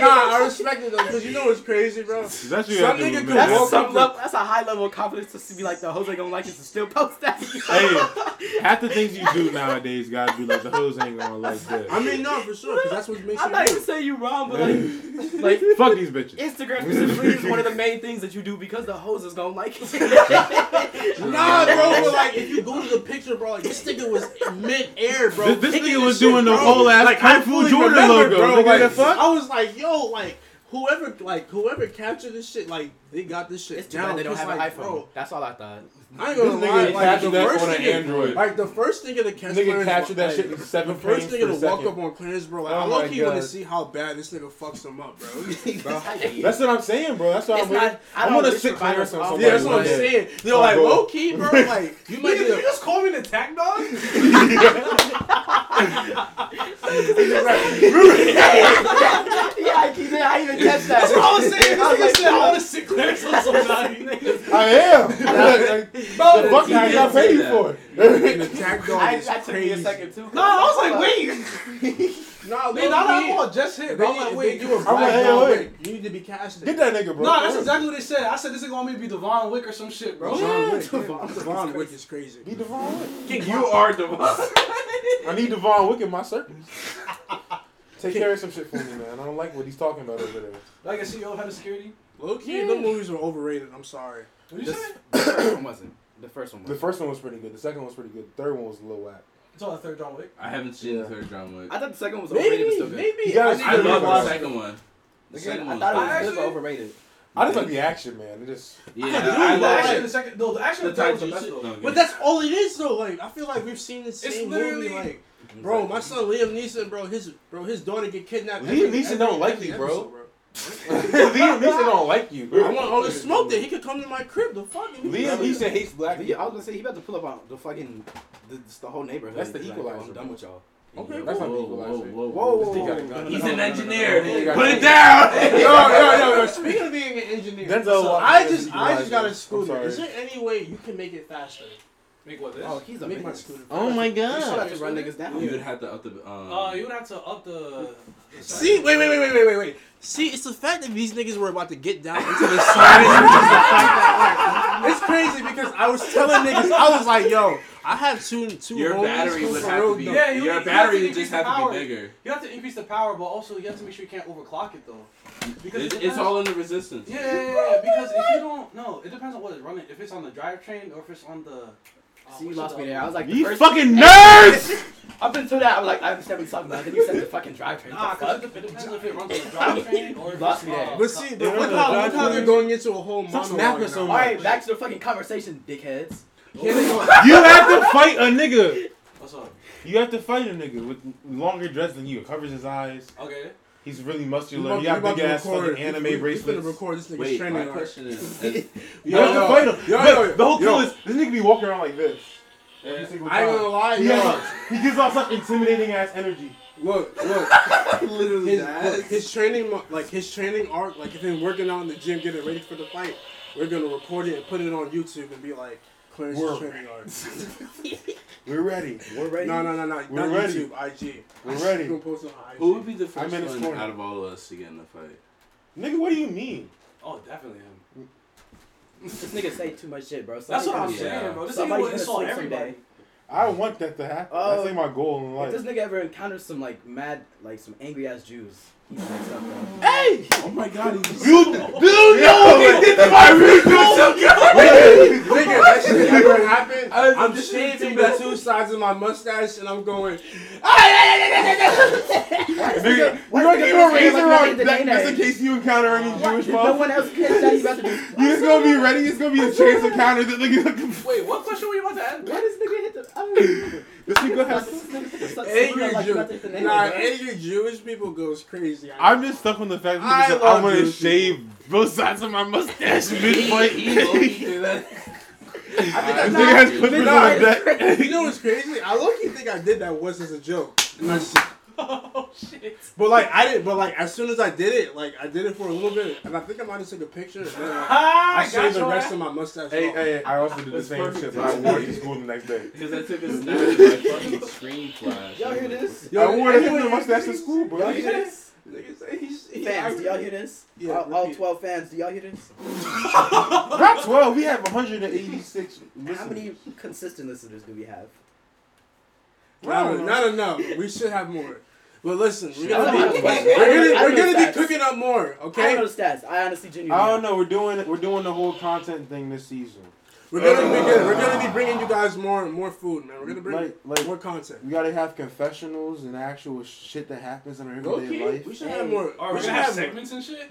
I respect it though, because you know what's crazy, bro? That's what you Some gotta do, nigga man. could That's walk some up level, That's a high level of confidence to be like the hoes ain't gonna like it to still post that. Hey, half the things you do nowadays, gotta be like the hoes ain't gonna like I that. mean, no, for sure, because that's what makes I'm you not even real. saying you wrong, but like, like Fuck these bitches. Instagram specifically is one of the main things that you do because the hoes is gonna like it. Nah, bro, but like, if you go to the picture, bro, like, this nigga was mid air, bro. This, this kicking nigga the was shit, doing the bro. whole ass like, Kung fully Fu Jordan remember, logo. bro, nigga, like, the fuck? I was like, yo, like whoever, like whoever captured this shit, like they got this shit it's too down. bad they don't 'cause, have an like, iPhone. Bro, That's all I thought. I ain't This gonna lie, nigga like the captured that first on an nigga, Android. like the first nigga to catch Nigga Clarence, captured that like, shit in seven the first frames per nigga to walk second. up on Clarence, bro. Like, Oh I my low key want God. to see how bad this nigga fucks him up, bro. That's what I'm saying, bro. That's what It's I'm not- waiting. I I'm don't gonna wish sit for violence Clarence on on somebody. Yeah, yeah, that's what I'm one day. saying. Yo, Oh, like bro. low key, bro. Like you might Did get you a just call me an attack dog? Yeah, I, keep- I even catch that. That's what I was saying. This I was nigga like, said I want to sit Clarence on somebody. I am. Like, the fuck you think I pay you for? an attack dog. I, is that took me a crazy. second too. No, I was like, wait. Nah, low Man, not key. that ball just hit. They Bro. need, I'm like, if wait. they do a I'm like, black hey, dog, wait. like, you need to be casted. Get that nigga, bro. No, that's exactly what they said. I said this is gonna me be Devon Wick or some shit, bro. Devon Wick. Devon. Devon Wick is crazy. Be Devon Wick. You are the one. I need Devon Wick in my circles. Take care of some shit for me, man. I don't like what he's talking about over there. Like a CEO head of security. Low key, the movies are overrated. I'm sorry. What you say? first one wasn't. The first one The first one was pretty good. The second one was pretty good. The third one was a little whack. It's all a third John Wick. I haven't seen Yeah. the third drama. I thought the second one was overrated, but Maybe, still good. maybe. Yeah, I it's need I to good. love rewatch the watch second one. The second Again, I one thought it was was- a little overrated. I just like the action, man. It just Yeah, I I The love love action it. in the second. No, the action The in the third was the Taijutsu best shit. though. No, But that's all it is though. Like I feel like we've seen the same literally- movie. Like, bro, my son Liam Neeson, bro, his bro, his daughter get kidnapped. Liam every- Neeson every- don't like every you, bro. episode, bro. Liam Neeson don't like you, I bro. want all the smoke that he could come to my crib. The fuck. and he- Liam Neeson hates black Yeah, I people. was gonna say he about to pull up on the fucking the, the whole neighborhood. That's the Like, equalizer, I'm done bro. with y'all. Okay, That's cool. not the Whoa, equalizer. whoa, Whoa, This nigga got a gun. He's an engineer. no, no, no. Put it down. Yo, yo, yo, yo. Speaking of being an engineer, Denzel so Washington I is just, I just got equalizer. I'm a scooter. sorry. Is there any way you can make it faster? Make what this? Oh, he's a Make my man. scooter. Oh my You still have to run niggas You down. would have to up the. Um, Uh, you would have to up the. See, wait, wait, wait, wait, wait, wait, wait. See, it's the fact that these niggas were about to get down into the side. it's crazy because I was telling niggas, I was like, yo, I have two, two. your homies battery who's would for have real to be. dumb. Yeah, you your would- battery you would would just have to have to be increase the bigger. You have to increase the power, but also you have to make sure you can't overclock it though. Because It's, it's it depends- all in the resistance. Yeah, yeah, yeah, yeah, because if you don't, no, it depends on what it's running. If it's on the drivetrain or if it's on the. oh, See, you what's lost the- me there. I was like, the You first- fucking nerds! Up until that, I was like, I understand what you're talking about. Then you said the fucking drivetrain. Nah, What the fuck? 'cause it dep- it depends if it runs on the drivetrain or if Lost it's me there. on- But see, They but look were how, look how the they're doctors. going into a whole Stop monologue snapping so now. much. Alright, back to the fucking conversation, dickheads. Can't they go- You have to fight a nigga. What's up? You have to fight a nigga with longer dress than you. It covers his eyys. Okay. He's really We muscular. about- He we got about big to ass record- fucking we- anime we- we finna bracelets. record this nigga's Wait, training my arc. question is, is You have to fight him. yo, But yo, the whole yo. clue is this nigga be walking around like this. Every single I ain't time. gonna lie, He, yo. has- he gives off such intimidating ass energy. Look, look. literally his, look, his training, mo- like his training arc, like him working out in the gym, getting ready for the fight. We're gonna record it and put it on YouTube and be like, Clarence We're- Trading Arts. We're ready. We're ready. No, no, no, no. We're Not ready. YouTube. IG. We're I see ready. people posting on IG. Who would be the I'm first in his one corner. out of all of us to get in a fight? Nigga, what do you mean? Oh, definitely him. This nigga say too much shit, bro. That's what I'm Yeah. saying, bro. This nigga Somebody's will gonna insult slip everybody. someday. I want that to happen. Oh. Uh, That's like my goal in If this life. nigga ever encounters some like mad, like some angry ass Jews, he's next up. Bro. Hey! Oh my god, he's You, you know what he did to my real Nigga, that shit never happened. I was I'm just shaving thinking the that. two sides of my mustache and I'm going, Nigga, Why We're gonna give does the you a nigga look razor like on he's a that Dana? just in case you encounter any Jewish No mother. one else cares that you about to do. You just gonna be ready. It's gonna be a chance encounter that nigga. Wait, what question were you about to ask? Why does nigga hit the? oh, I don't even- This nigga Like, has. this nigga starts angry like you about to hit the Jew. name, Nah, bro. angry Jewish people goes crazy. I- I'm just stuck on the fact that I I, said, I love want you, to dude." shave both sides of my mustache mid fight. He low-key This did that. nigga has clippers Nah, on deck. You know what's crazy? I look you think I did that once as a joke. And I s- Oh shit. But like I didn't. But like as soon as I did it, like I did it for a little bit, and I think I might have took a picture. And then, like, Ah, I shaved the rest of my mustache. Hey, off. hey, I also did the That's same perfect. shit. but I wore it to school the next day. Because I took a snap of my fucking screen flash. Y'all hear this? Yo, I wore the mustache to school, bro. Y'all hear this? Nigga say he's- he- Fans, do y'all hear this? Yeah, all, all repeat. 12 fans, do y'all hear this? Not 12. We have 186. How listeners. many consistent listeners do we have? Not, not enough. We should have more. But listen, we're I gonna don't be, know. we're I don't know gonna, we're gonna be stats. cooking up more. I Okay, don't know the stats. I honestly genuinely. I don't know. We're doing we're doing the whole content thing this season. we're gonna be good. We're gonna be bringing you guys more more food, man. We're gonna bring Like- like- more content. We gotta have confessionals and actual shit that happens in our everyday Okay, life. we should have more. Are we we should gonna have have more. segments and shit?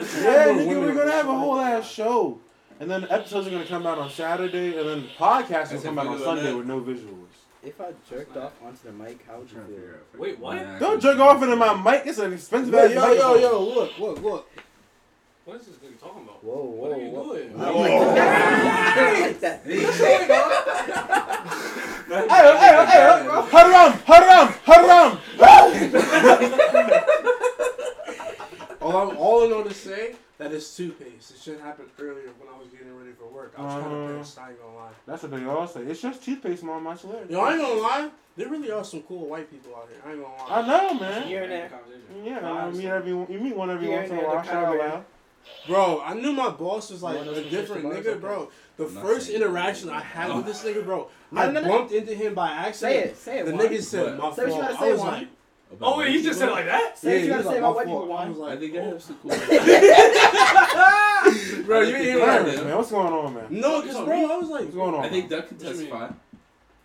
more Yeah, nigga, women we're on gonna the have a show. whole ass show, and then the episodes are gonna come out on Saturday, and then the podcast will That's come out if on we do Sunday that. with no visuals. If I jerked off onto the mic, how would you feel? Wait, what? Don't jerk off into my mic. It's an expensive Yo, ass yo, yo, yo! Look, look, look! What is this nigga talking about? Whoa, whoa, What are you whoa. doing? I don't like that. I don't like that. Hey, hey, hey, hey, haram, haram, haram. All I'm, all I know to say that is toothpaste. It should happen earlier when I was getting ready for work. I was kind Uh-huh. of pissed. I ain't gonna lie. That's what they all say. It's just toothpaste, mom. I swear. Yo, I ain't gonna lie. There really are some cool white people out here. I ain't gonna I lie, know, man. You're in there. Yeah, I mean, every, you meet one every You're once in in a there, while. the Shout out color. loud. bro. I knew my boss was like One of a those different Christian nigga, bars, bro. The I'm not first saying- interaction I had with this nigga, bro, No, I no, no. bumped into him by accident. Say it, say it. The Juan. nigga said, "My Say what you fault." gotta I say, was Juan. like, Oh wait, he just said it like that? Say what you he gotta was say like, about "My white fault." people, Juan. I was I like, think I "Oh." have some cool. Bro, you ain't even Clarence, right. Yeah. man, what's going on, man? No, because bro, I was like, What's going on? I think man? Duck can What you testify.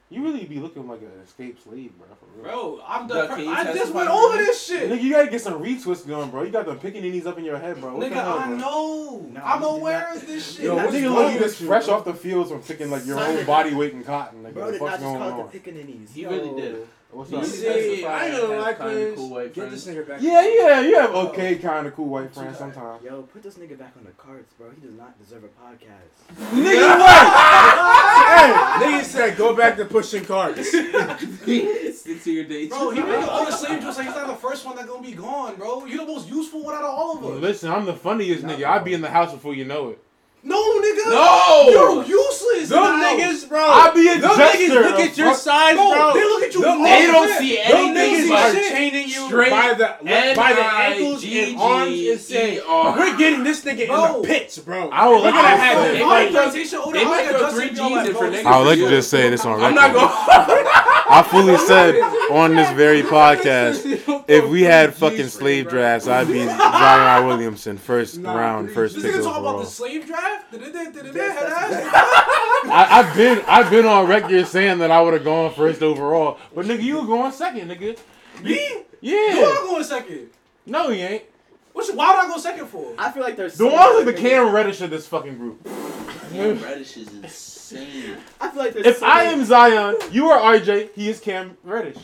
you really be looking like an escaped slave, bro. For real. Bro, I'm Duck, done. can you I just testify went to over this? this shit. Nigga, you gotta get some retwists going, bro. You got the pickaninnies up in your head, bro. What the Nigga, hell, I bro? know. Nah, I'm you did aware not- of this shit. Yo, That what's nigga wrong look you with just you, fresh bro? off the fields from picking like your Son own of- body weight in cotton. Nigga, Bro what the did not fuck's just going call it on? the pickaninnies. He really did. What's You up? He's- see, I ain't gonna Have lie, kinda Clarence. cool white Get this friends. nigga back. Yeah, yeah, you have okay kind of cool white friends sometimes. Yo, put this nigga back on the cards, bro. He does not deserve a podcast. nigga, what? Nigga said, "Go back to pushing carts." Stick to your dates. Bro, he made all the slave jokes like he's not the first one that's gonna be gone, bro. You're the most useful one out of all hey, of us. listen, I'm the funniest nigga. I'll be in the house before you know it. No, nigga. No! You're useless. Them now. niggas, bro. I'll be a them niggas jester. look at your Fuck- size, Bro, bro. they look at you. Them wrong. They don't see Them anything niggas but are shit. chaining you Straight by the E. by the ankles and arms E and saying, N-I-G-G-E-R. "We're getting this nigga Bro. in the pits, bro." I would We're like gonna to have say- him. If I plantation older, they I might got throw Justin three Bieber, G's in bro. for This niggas. I would like Yeah. to just say this on record. I'm not going. I fully said on this very podcast, if we had fucking slave drafts, I'd be Zion Williamson first Nah, round, please. first pick nigga talking about overall. the slave draft. I, I've been I've been on record saying that I would have gone first overall, but nigga, you were going second, nigga. Me? You Yeah. are going second. No, he ain't. What's, why would I go second for? I feel like there's. The so ones many with the niggas- Cam Reddish of this fucking group. Reddish is insane. I feel like there's. If so I many- am Zion, you are RJ. He is Cam Reddish.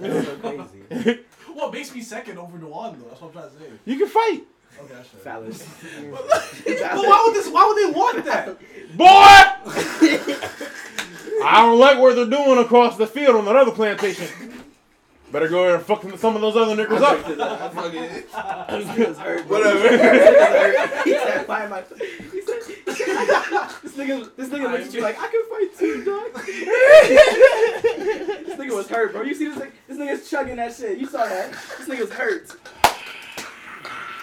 That's so crazy. What makes me second over Nuan though? That's what I'm trying to say. You can fight, Okay, that's fair. Phallus. But why would this? Why would they want that? boy. I don't like what they're doing across the field on that other plantation. Better go there and fuck some- some of those other niggas up. This nigga's hurt, bro. Whatever. This nigga's hurt. He said, "Why am I?" He said, this nigga, this nigga looks at you like I can fight too, dog. this nigga was hurt, bro. You see this nigga? This nigga's chugging that shit. You saw that? This nigga was hurt.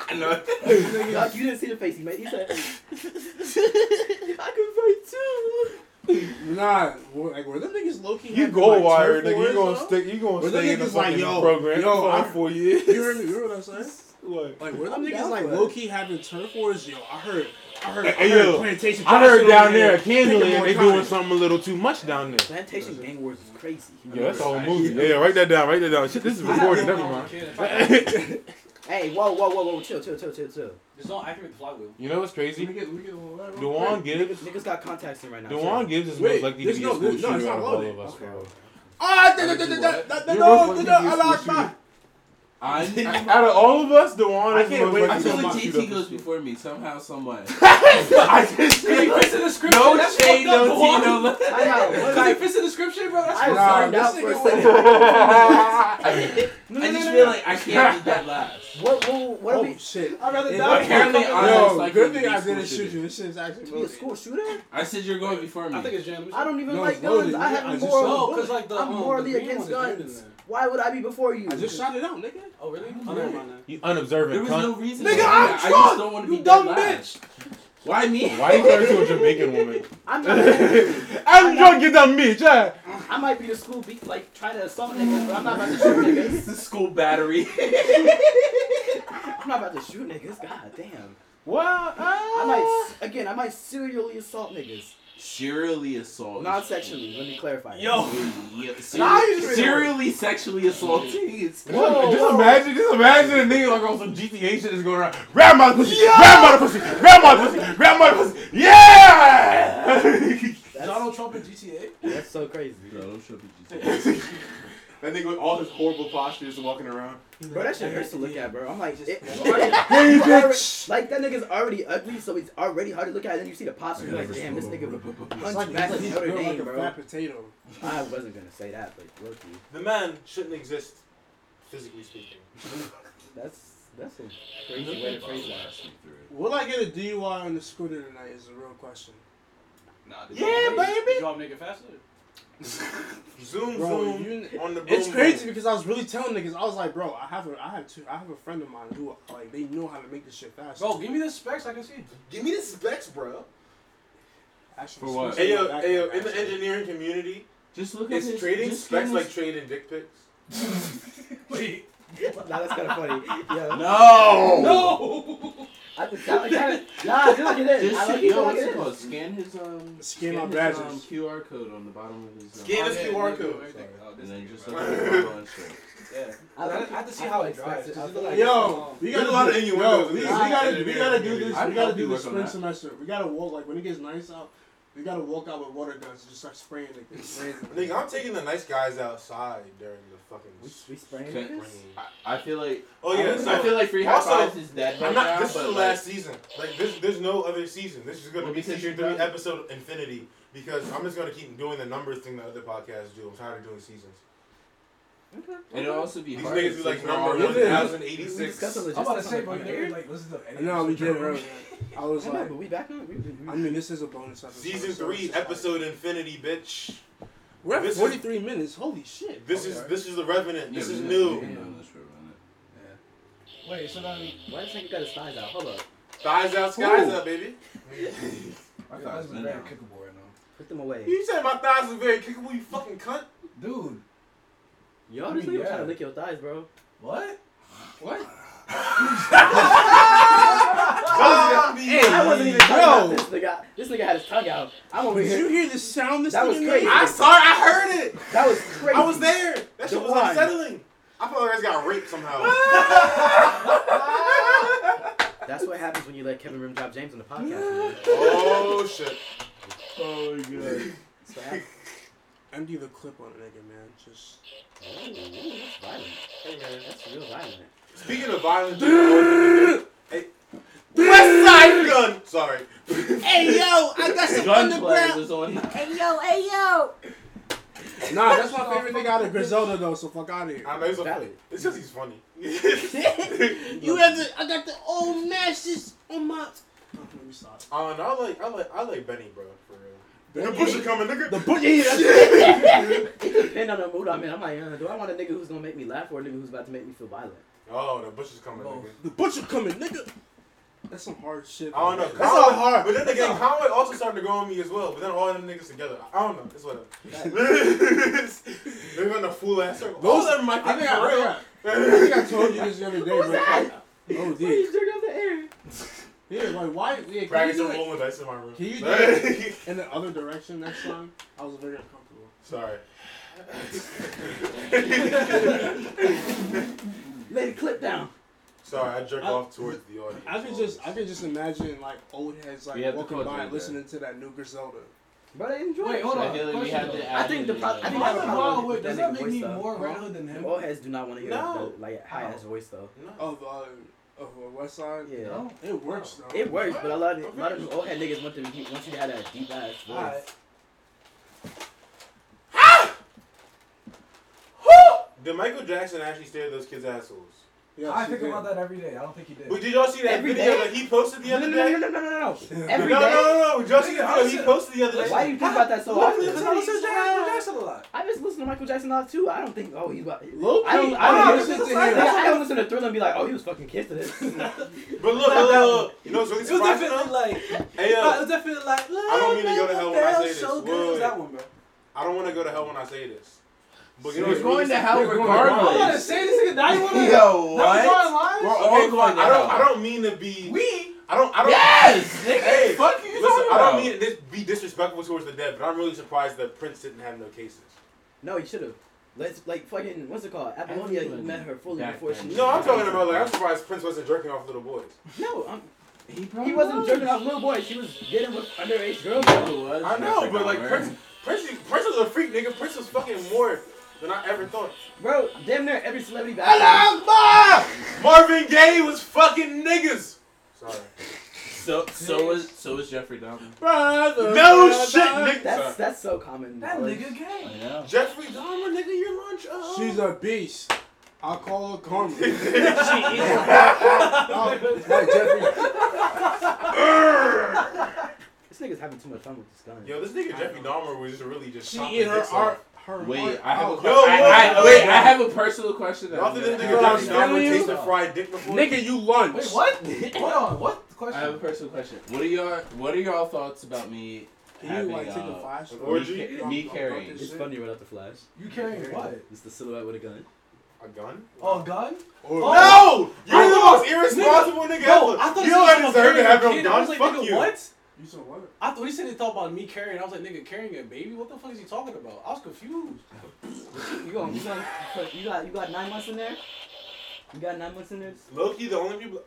I know. Dog, you didn't see the face he made. He said, "I can fight too." Nah, were- like were them niggas low key? You go wire, nigga. You gonna stick. You gonna But them stay in the niggas like, fucking yo, program yo, for I'm- four You years. remember, you remember what I'm saying? What? Like were them I'm niggas down like for it. low key having turf wars? Yo, I heard, I heard, I Hey, heard yo, plantation. I heard Johnson down over there at picking Candleland more they cotton. doing something a little too much down there. Plantation Gang Wars is crazy. Yo, that's a whole movie. Yeah, write that down. Write that down. Shit, this is recorded. Never mind. Hey, whoa, whoa, whoa, whoa, chill, chill, chill, chill, chill. Just don't activate the flywheel. You know what's Let me crazy? get, let me get a little light real Dewan Gibbs. Niggas got contacts in right now. Dewan Gibbs is Wait, most likely to there's be no- a school no, it's shooter not out of all loaded. of us, Okay. bro. Ah, da- da- da- da- da- da- da- no, da- da- Allah Akbar. I need. Out of all of us, Dewan I is can't most wait I likely feel to like be a shooter. JT goes before me somehow, some way. I just It fits the description. No that's shade, fucked up, no Dewan. tea, no love. I know. Because it fits the description, bro. That's I was fucked Nah, up. zoned this out for a nigga second. I just feel like I can't be that last. What, what, what are Oh we? shit. I'd rather It die. apparently than- I- Yo, most likely good to thing be I school didn't shoot shooter. you. This shit is actually To be a loaded. school shooter? I said you're going before me. I think it's Jan. I don't even No, like it's loaded. guns. I You- I have just moral. shot it. No, 'cause, like, the, I'm um, morally the green against one is guns. in there. Why would I be before you? I just shot it out, nigga. Oh really? Oh, Oh, never never mind you There unobservant was no cunt. reason. Nigga, why. I'm I drunk, just don't want to you be dumb that last. Why me? Why you turn to a Jamaican woman? I'm not. I'm drunk, you done me, yeah. I might be the school beat, like try to assault niggas, but I'm not about to shoot niggas. This is school battery. I'm not about to shoot niggas. God damn. Well, I might again. I might serially assault niggas, Serially assault. non-sexually. Let me clarify. Yo. Nah, you just- Serially sexually assaulting. It's What? Whoa, just whoa. imagine, just imagine a nigga like on some GTA shit is going around. Grab my pussy, grab my pussy, grab my pussy, grab my pussy. Yeah! that's, Donald Trump in GTA. that's so crazy, that nigga with all his horrible postures walking around. bro. That shit hurts to look at, bro. I'm like, it, Hey, already, bitch! like that nigga's already ugly, so it's already hard to look at. And then you see the posture, you're like, damn, this nigga would It's punch like, back it's in like, Notre like Dame, a bro. fat potato. I wasn't gonna say that, but look, The man shouldn't exist, physically speaking. that's that's a crazy way to phrase that. Will I get a DUI on the scooter tonight? Is the real question. Nah, Yeah, baby. Drop nigga faster. Zoom, Bro, zoom you, on the it's boom crazy because I was really telling niggas. I was like, bro, I have a, I have two, I have a friend of mine who like they know how to make this shit fast. Bro, give me the specs. I can see. Give me the specs, bro. actually, For what? speaking of Ayo, that, ayo, in the actually. engineering community, Just look at is this. trading just specs give like this- trading dick pics? Wait. Nah, that's kind of funny. Yeah, No. No. I just, I, I, nah, dude, look at this. I Just like sit, it, yo, I like what's it. it called? Scan his um. Scan my his, badges. um, QR code on the bottom of his. Um, Scan his QR code. And then just look right. at his photo and shit. Yeah. I like it. I have to see how I it expect drives. it. Does it I look like- Yo, we There's gotta a lot of do- innuendos yo, in we, we this. gotta, we Engineering gotta do community. this. I'd We gotta help do you this work on spring that. semester. We gotta walk like when it gets nice out. We gotta walk out with water guns and just start spraying niggas. randomly. Nigga, I'm taking the nice guys outside during the fucking. We, we spraying Okay. this? I, I feel like. Oh yeah, so I feel like free high also, fives is dead right I'm not. now. This is but the like, last season. Like this, there's no other season. This is gonna Well, be because season you're three, done. episode infinity. Because I'm just gonna keep doing the numbers thing that other podcasts do. I'm tired of doing seasons. And it'll also be These hard. niggas be like since we're number already- Yeah. 1086. discussed the I'm about to logistics say, on bro, the you fucking air. never like listen to any No, we did episode, it bro. earlier. I was I know, like, but we back on. We, we, we, I mean, this is a bonus episode. Season so it's three, just like- episode infinity, bitch. We're at This is- 43 minutes. Holy shit. This is this is the revenant. Yeah, This is we- new. we've been doing this for a minute. Wait, so then. why this nigga got his thighs out? Hold up. Thighs out, skies Ooh. up, baby. My thighs thighs been are very out. kickable right now. Put them away. You said my thighs are very kickable. You fucking cunt. Dude, Yo, I this mean, nigga trying yeah. to lick your thighs, bro. what? What? Ah! I wasn't even talking yo. about this nigga. This nigga had his tongue out. I'm over Did here. you hear the sound this That nigga was made? crazy. I saw. I heard it. That was crazy. I was there. That shit was Why? unsettling. I felt like I just got raped somehow. That's what happens when you let Kevin Rim drop James on the podcast. man. oh shit. Oh my god. That's what happens. Empty the clip on a nigga, man. Just. Ooh, that's violent. Hey man. That's real violent. Speaking of violence, hey, West Side Gun. Sorry. Hey, yo, I got Gunplay was on. Nah, that's my favorite nigga out of Griselda, though, so fuck out of here. I know it's, a, Valid. it's just he's funny. you ever. I got the old masters on my. Let me stop. Uh, no, I like, I like, I like Benny, bro, for real. The pusher coming, nigga. The book, yeah, yeah, that's It depends on the mood I'm in. I'm like, uh, do I want a nigga who's gonna make me laugh or a nigga who's about to make me feel violent? Oh, the bushes coming, Bro, nigga. The butcher coming, nigga. That's some hard shit. I don't know. bro. That's all hard. But then again, Conway also started to grow on me as well. But then all them niggas together. I don't know. It's whatever. They're going to fool ass circle. Those- Those are my I think for I, real. I think I told you this the other day, bro. Oh, dude. jerk off the air? Yeah, like why? Yeah, can you Practice do and it rolling dice in my room. Can you do it in the other direction next time? I was very uncomfortable. Sorry. Lay the clip down. Sorry, I jerk I- off towards the audience. I could just, I could just imagine like old heads like We have to walking close by it, and yeah. listening to that new Griselda. Bro, they enjoy Wait, it. hold on. I feel like we question have though. to I add think to the pro- I I think think I have a that's problem wild. with Wait, that does that nigga make voice me though. more Red Hood than him? All heads do not want to hear No. the, like high ass voice though. No. Of uh, of uh, West Side. Yeah. No. It works though. It works, but a lot of a lot of them old head niggas want to be, want you to have that deep ass voice. Alright. Did Michael Jackson actually stare at those kids' assholes? Yeah, I she think did. about that every day. I don't think he did. Wait, did y'all see that Every video day? that he posted the No, other no, day? no, no, no, no, no, no, no. Every no, day. no, no, no. Did y'all see Nigga, the I video he said- posted the other day? Why do you think about that so Why often? do you Because I listen to Michael Jackson a lot. I just listen to Michael Jackson a lot too. I don't think, oh, he's about. Low I don't. key, I I'm don't, listening listen, to to him. I don't listen to Thriller and be like, oh, he was fucking kissing this. But look, look, look, look. You know what's really It was surprising? definitely though? like. Hey, yo. It was definitely like. I don't mean to go to hell when I say this. So good. Whoa. It was that one, bro. I don't want to go to hell when I say this. But you know You're what's going really- to hell You're going regardless. to I'm about hell. to say this nigga. Now you want to. Yo, Now you drawing lines? We're Okay, all going fine. to I don't. hell. I don't mean to be. We. I don't. I don't. Yes, nigga. Hey, fuck you. Listen, talking I about? don't mean to dis- be disrespectful towards the dead, but I'm really surprised that Prince didn't have no cases. no, he should have. Let's like fucking what's it called? Apollonia he met her fully Back before then. she. No, I'm talking about like I'm surprised Prince wasn't jerking off little boys. No, I'm, He, he probably wasn't was. jerking off little boys. She was getting with underage girls. He was. I know, but like Where? Prince, Prince, Prince was a freak, nigga. Prince was fucking more than I ever thought. Bro, damn near every celebrity back. Alaba! Marvin Gaye was fucking niggas. Sorry. So so was so was Jeffrey Dahmer. No shit, nigga. That's that's so common. That knowledge. nigga gay. I know. Jeffrey Dahmer, nigga, your lunch. Uh, She's a beast. I call her karma. Oh, like Jeffrey. This nigga's having too much fun with this gun. Yo, this nigga Jeffrey Dahmer was really just. She chopping eat her dicks off. art. Her Wait, heart I have a out. Yo, question. I, I, whoa, wait, whoa, I have a personal question. that Y'all I'm think gonna this ask nigga Jeffrey you. Dahmer tasted fried dick before? Nigga, you lunch. Wait, what? Hold on. What I have a question? personal question. What are your What are y'all thoughts about me Can having you like take a uh, flash? an photo? orgy? Drop- me drop carrying. this It's shit? funny without the flash. You carrying what? It's the silhouette with a gun. A gun? Oh, a gun? Or- No! Oh. You're I the thought- most irresponsible nigga Bro, ever. I thought you he don't said deserve to have about no carrying a kid. I gun. was like, Fuck nigga, you. what? You said what? I thought he said he thought about me carrying. I was like, nigga, carrying a baby? What the fuck is he talking about? I was confused. You going you going you got you got nine months in there? You got nine months in there? Low key, the only people,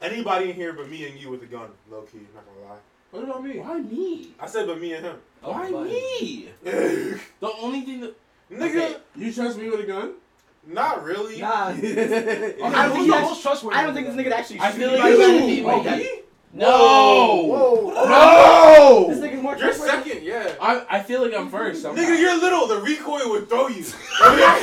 anybody in here but me and you with a gun. Low key, not gonna lie. What about me? Why me? I said, but me and him. Why buddy. me? nigga, The only thing that You trust me with a gun? not really. Nah. Okay, think who's the that's- most trustworthy? I don't think this nigga actually I still think you is. should be like like that. that. Whoa. No. This nigga's more You're trustworthy. second, yeah. I, I feel like I'm first. somehow. Nigga, you're little. The recoil would throw you.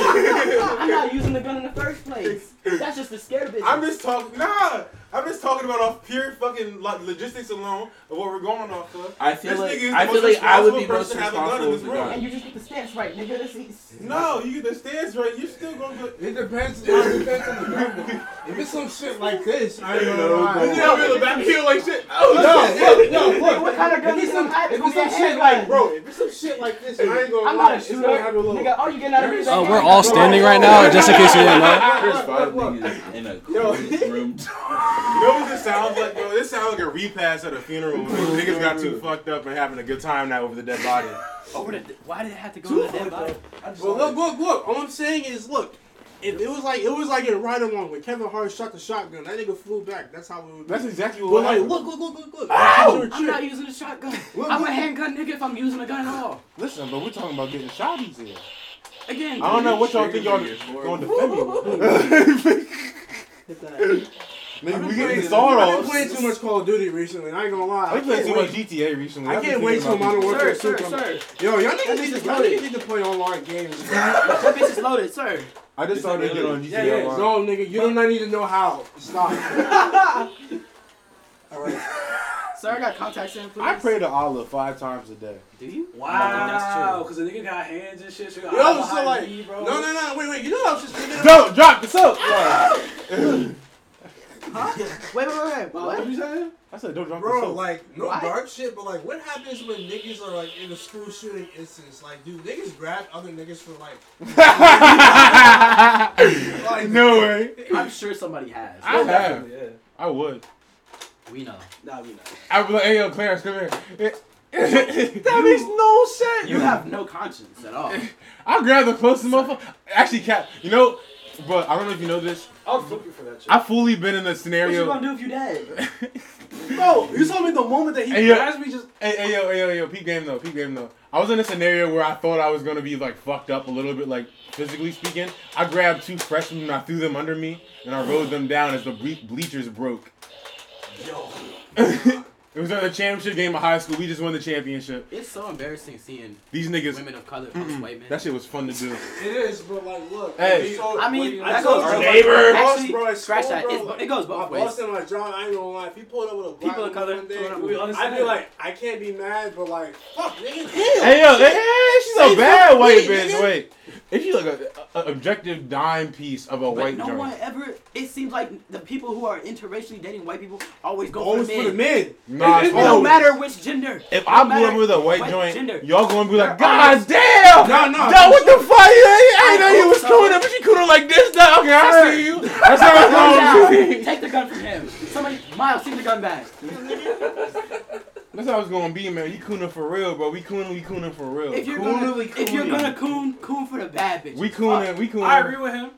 I'm not using the gun in the first place. That's just the scared bitch. I'm just talking. Nah, I'm just talking about off pure fucking lo- logistics alone of what we're going off of. I feel This like nigga is I the feel most like I would be responsible most person having a gun responsible in with this the room. gun. and you just get the stance right, nigga. This is No, you get the stance right. You're still gonna go. It depends. It depends on the gun. though. If it's some shit like this, I don't know. You know, I'm in the back heel like shit. No, no, look. What kind of gun If is it's some, that? if it's some shit like, bro, if it's some shit like this, I ain't gonna I'm lie. not a it's shooter, gonna have a little. nigga. All you getting out of me is that Oh, we're hand. all standing right now, just in case you didn't know. There's Look, five look, niggas in a closed room. You know what this sounds like, bro? This sounds like a repass at a funeral when niggas got too fucked up and having a good time now over the dead body. Over the- Why did it have to go to the dead body? Well, look, look, look. All I'm saying is, look. If it was like it was like in right along when Kevin Hart shot the shotgun, that nigga flew back. That's how it would. That's exactly But what like, happened. look, look, look, look, look. I'm not using a shotgun. Look, I'm look. a handgun nigga if I'm using a gun at all. Listen, but we're talking about getting shotties here. Again, I don't know what y'all think y'all going to defend me with. hit that. Nigga, we playing- getting I've been sawed playing too much Call of Duty recently. I ain't gonna lie. I I played can't too much wait. GTA recently. I I've been can't wait thinking till about Modern this. Warfare Sir, 2 sir, comes. sir. Yo, y'all niggas This need is to- y'all loaded. niggas need to play online games. bro. That bitch is loaded, sir. I just started getting on GTA. No, nigga, you do not need to know how. Stop. All right. Sir, I got contacts in, please. I pray to Allah five times a day. Do you? Wow, because the nigga got hands and shit. So you got Yo, eyes so behind like- me, bro. no, no, no, wait, wait. You know what I was just thinking? Don't drop the soap. Huh? Wait, wait, wait, wait. What? What? you saying? I said don't drop the Bro, soap. like no Why? dark shit, but like what happens when niggas are like in a school shooting instance? Like, dude, niggas grab other niggas for like, like no way. I'm sure somebody has. I Yeah, have. definitely, Yeah. I would. We know. Nah, we know. I'd be like, hey yo, Clarence, come here. that no shit. You have no conscience at all. I grab the closest motherfucker. Actually, Cap, you know, but I don't know if you know this. I'll flip you for that shit. I've fully been in a what you scenario. gonna do if you dead? Bro, you told me the moment that he Hey, yo. grabs me, just Hey, hey, yo, hey, yo, yo, peep game though, peep game though. I was in a scenario where I thought I was gonna be like fucked up a little bit, like physically speaking. I grabbed two freshmen and I threw them under me, and I rode them down as the ble- bleachers broke. yo. it was on the championship game of high school. We just won the championship. It's so embarrassing seeing These niggas, women of color punch white men. that shit was fun to do. it is, but like, look, Hey. so- I mean, I that told goes you, both- Neighbor. Actually, Bro, it's scratch cool, that. bro. It's- it goes My both ways. Boston, like John, I ain't gonna lie. If he pulled up with a black People of color, woman one pull day, up with- I'd be like, I can't be mad, but like, fuck, nigga, Hey yo, hey, hey, she's a bad white wait, bitch. nigga. Wait, if you look at an objective dime piece of a But white no joint, one ever. It seems like the people who are interracially dating white people always go always for the for men. the men. nah, It- it- oh, No matter which gender. If no I'm going matter with a white, joint, gender. y'all going to be like, They're God always- damn! No, no, Dawg, what the fuck? I ain't I know you hope was so. doing it, but you cooling like this, dog. Okay, I see you. That's how it's Gun going down. to be. Take the gun from him. Somebody, Miles, take the gun back. That's how it's going to be, man. You cooning for real, bro. We cooning, we cooning for real. If you're Coon- gonna, if you're cooning. gonna coon, coon for the bad bitch. we cooning, we I agree cooning, with him.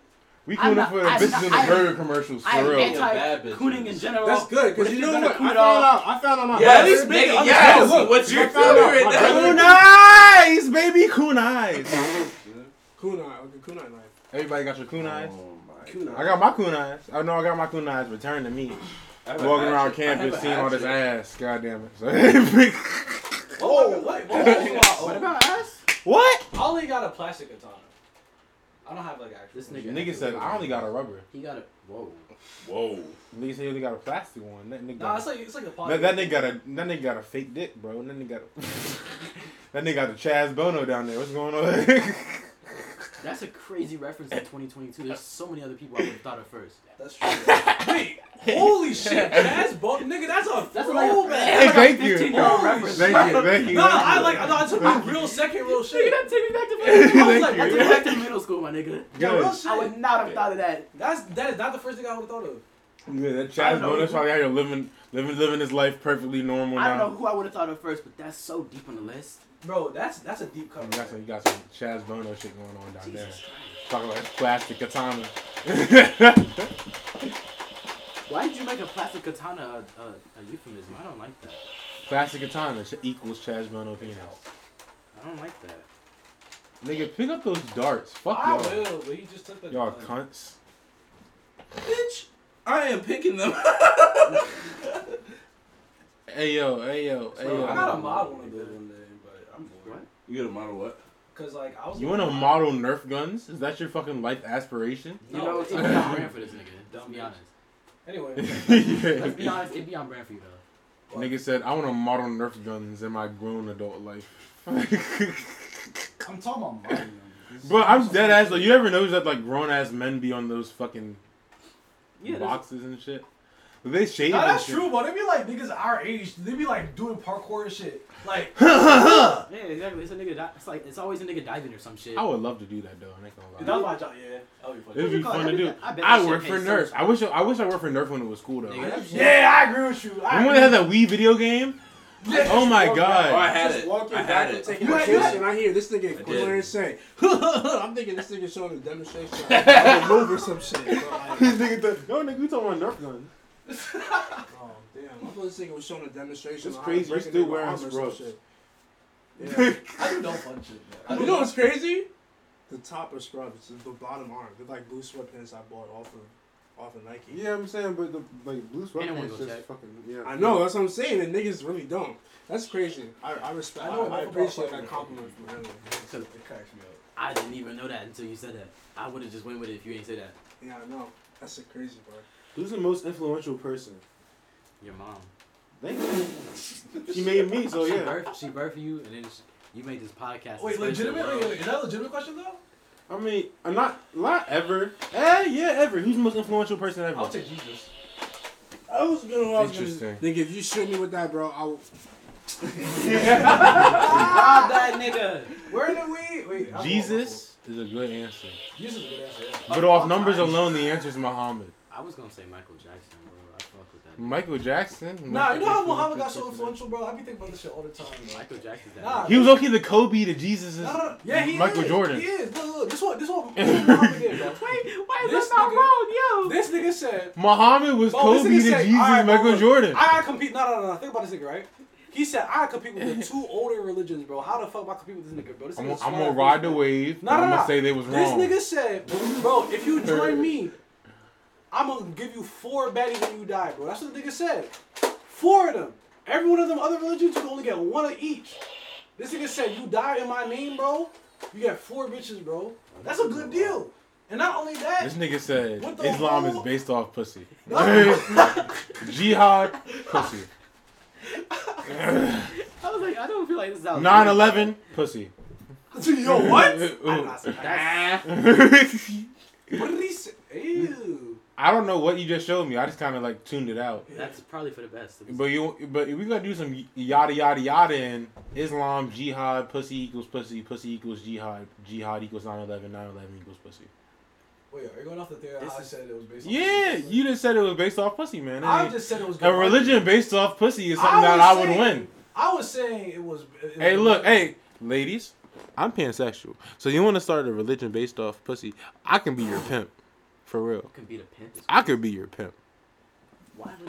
we I'm cooning not- for the I'm bitches not- in the I- burger commercials, I for am real. bad anti bitches. cooning in general. That's good, But because if you you're know gonna what? coon I it found all- out. I found out. my- Yeah, my this brother- nigga, my yes. brother- look, What I you're found out, doing my right brother- Coon eyes, baby, coon eyes. Kunai, okay, kunai knife. Everybody got your coon eyes? my I got my coon eyes. I know I got my coon eyes returned to me. Walking around campus, seeing all this ass. God damn it. Oh, what? What What about? about us? what? I only got a plastic katana. I don't have like actual. This nigga. Nigga said, I only got a rubber. He got a whoa. Whoa. Nigga said he only got a plastic one. That nigga, Nah, got, it's like it's like a that, that nigga got a that nigga got a fake dick, bro. That nigga got a, that nigga got a Chaz Bono down there. What's going on? That's a crazy reference in 2022. There's so many other people I would have thought of first. That's true. Wait, holy shit, that's bo- nigga, that's a That's like a, throwback. that's like thank a you. 15 year old Holy reference. thank you, thank you. No, I like no, I took my real second real shit. Nigga, that take me back to I was I like, what took the it heck? back to middle school, my nigga. Yeah, real Good. shit. I would not have thought of that. That's that is not the first thing I would have thought of. Yeah, that I Chaz don't know. Bono's probably out here living, living, living his life perfectly normal I don't know now. who I would have thought of first, but that's so deep on the list. Bro, that's that's a deep cover. You got some, you got some Chaz Bono shit going on down there. Jesus Christ. Talking about plastic katana. Why did you make a plastic katana a, a, a euphemism? I don't like that. plastic katana sh- equals Chaz Bono penis. I don't like that. Nigga, pick up those darts. Fuck I y'all. will, but he just took the Y'all cunts. Bitch, I am picking them. Hey yo, hey yo, hey Bro, yo. I got a model one of those one day, but I'm What? bored. you got a model what? Cause like I was. You want to model Nerf guns? Is that your fucking life aspiration? You No, know, it's it'd be on brand for this nigga. Let's be honest. Anyway, Let's be Nigga honest, it'd be on brand for you though. said, I want to model Nerf guns in my grown adult life. I'm talking about money. Bro, I'm dead ass. Like, you ever notice that like grown ass men be on those fucking Yeah, there's- boxes and shit? They shave. Nah, and that's shit. true, but they be like niggas our age. They be like doing parkour and shit. Like, Yeah, exactly. It's a nigga. Di- it's like it's always a nigga diving or some shit. I would love to do that though. I ain't that's gonna lie. my job. Yeah, that would be It'd funny. be call it? fun to I do. bet- I bet I that work shit for pays Nerf. so I wish I wish I worked for Nerf when it was cool though. Nigga, that shit- Yeah, I agree with you. I Remember when they agree. had that Wii video game? Yeah. Oh my Oh, I god. had Just it. walking I back had and it. taking You a had- you piss, had- and I hear this nigga I going did. there and saying, I'm thinking this nigga showing a demonstration of a move or some shit. Bro. Like, This nigga thought, no nigga, we talking about Nerf guns. oh, damn. I thought this nigga was showing a demonstration It's of crazy, breaking you still nigga wearing arm or some scrubs. shit. Yeah. I do no fun shit. Man. you know what's crazy? The top of scrubs, the bottom arm. They're like blue sweatpants I bought off of off of Nike. Yeah, I'm saying, but the like blue Anyone go check. fucking yeah. I know, that's what I'm saying, and niggas really don't. That's crazy. I, I respect, I I, know I, enough appreciate about that compliment from him. It cracks me up. I didn't even know that until you said that. I would have just went with it if you ain't said that. Yeah, I know. That's a crazy part. Who's the most influential person? Your mom. Thank you. She made me, so She yeah. birthed, she birthed you, and then she, you made this podcast. Wait, and spread it to the legitimately? world. Wait, is that a legitimate question though? I mean, I'm not, not ever. Eh, yeah, ever. Who's the most influential person ever? I'll take Jesus. I was gonna. I was Interesting. Gonna, think if you shoot me with that, bro, I will. Rob that nigga. Where did we? Wait, I'm- Jesus is a good answer. Jesus is a good answer. yeah. But off numbers alone, the answer is Muhammad. I was gonna say Michael Jackson, bro. I fuck with that. Michael Jackson. Nah, you know how Muhammad got so influential, bro? I be thinking about this shit all the time. Bro. Michael Jackson's that. Nah, He was okay the Kobe to Jesus. nah, nah, yeah, he Michael is. Jordan. He is. Look, look, this one, this one, this one Muhammad did, bro. Wait, why is this not wrong, yo? This nigga said, Muhammad was Bro, Kobe this to nigga Jesus, said, "All right, bro, Michael look, Jordan. I gotta compete. No, no, no, no. Think about this nigga, right? He said, I gotta compete with the two older religions, bro. How the fuck am I compete with this nigga, bro? This I'm, nigga's gonna- I'm gonna smart. ride the wave. No, but no, I'm gonna no. say they was This wrong. nigga said, bro, if you join me, I'm gonna give you four baddies when you die, bro. That's what the nigga said. Four of them. Every one of them other religions, you can only get one of each. This nigga said, you die in my name, bro. You get four bitches, bro. That's a good deal. And not only that, This nigga said What the Islam is whole- based off pussy. No. Jihad, pussy. I was like, I don't feel like this is how. 9 11, pussy. yo, what? Ooh. I did not say that. What did he say? Ew. I don't know what you just showed me. I just kind of like tuned it out. That's probably for the best. But you, but we gonna do some yada yada yada in Islam, jihad, pussy equals pussy, pussy equals jihad, jihad equals 9-11, 9-11 equals pussy. Wait, are you going off the theory? I said it was based on. Yeah, you just said it was based off pussy, man. That I ain't- just said it was. a good religion based off pussy is something I that was I would saying- win. I was saying it was. it Hey, was- look, hey, ladies, I'm pansexual. So you want to start a religion based off pussy? I can be your pimp, for real. can be the pimp. I could be your pimp.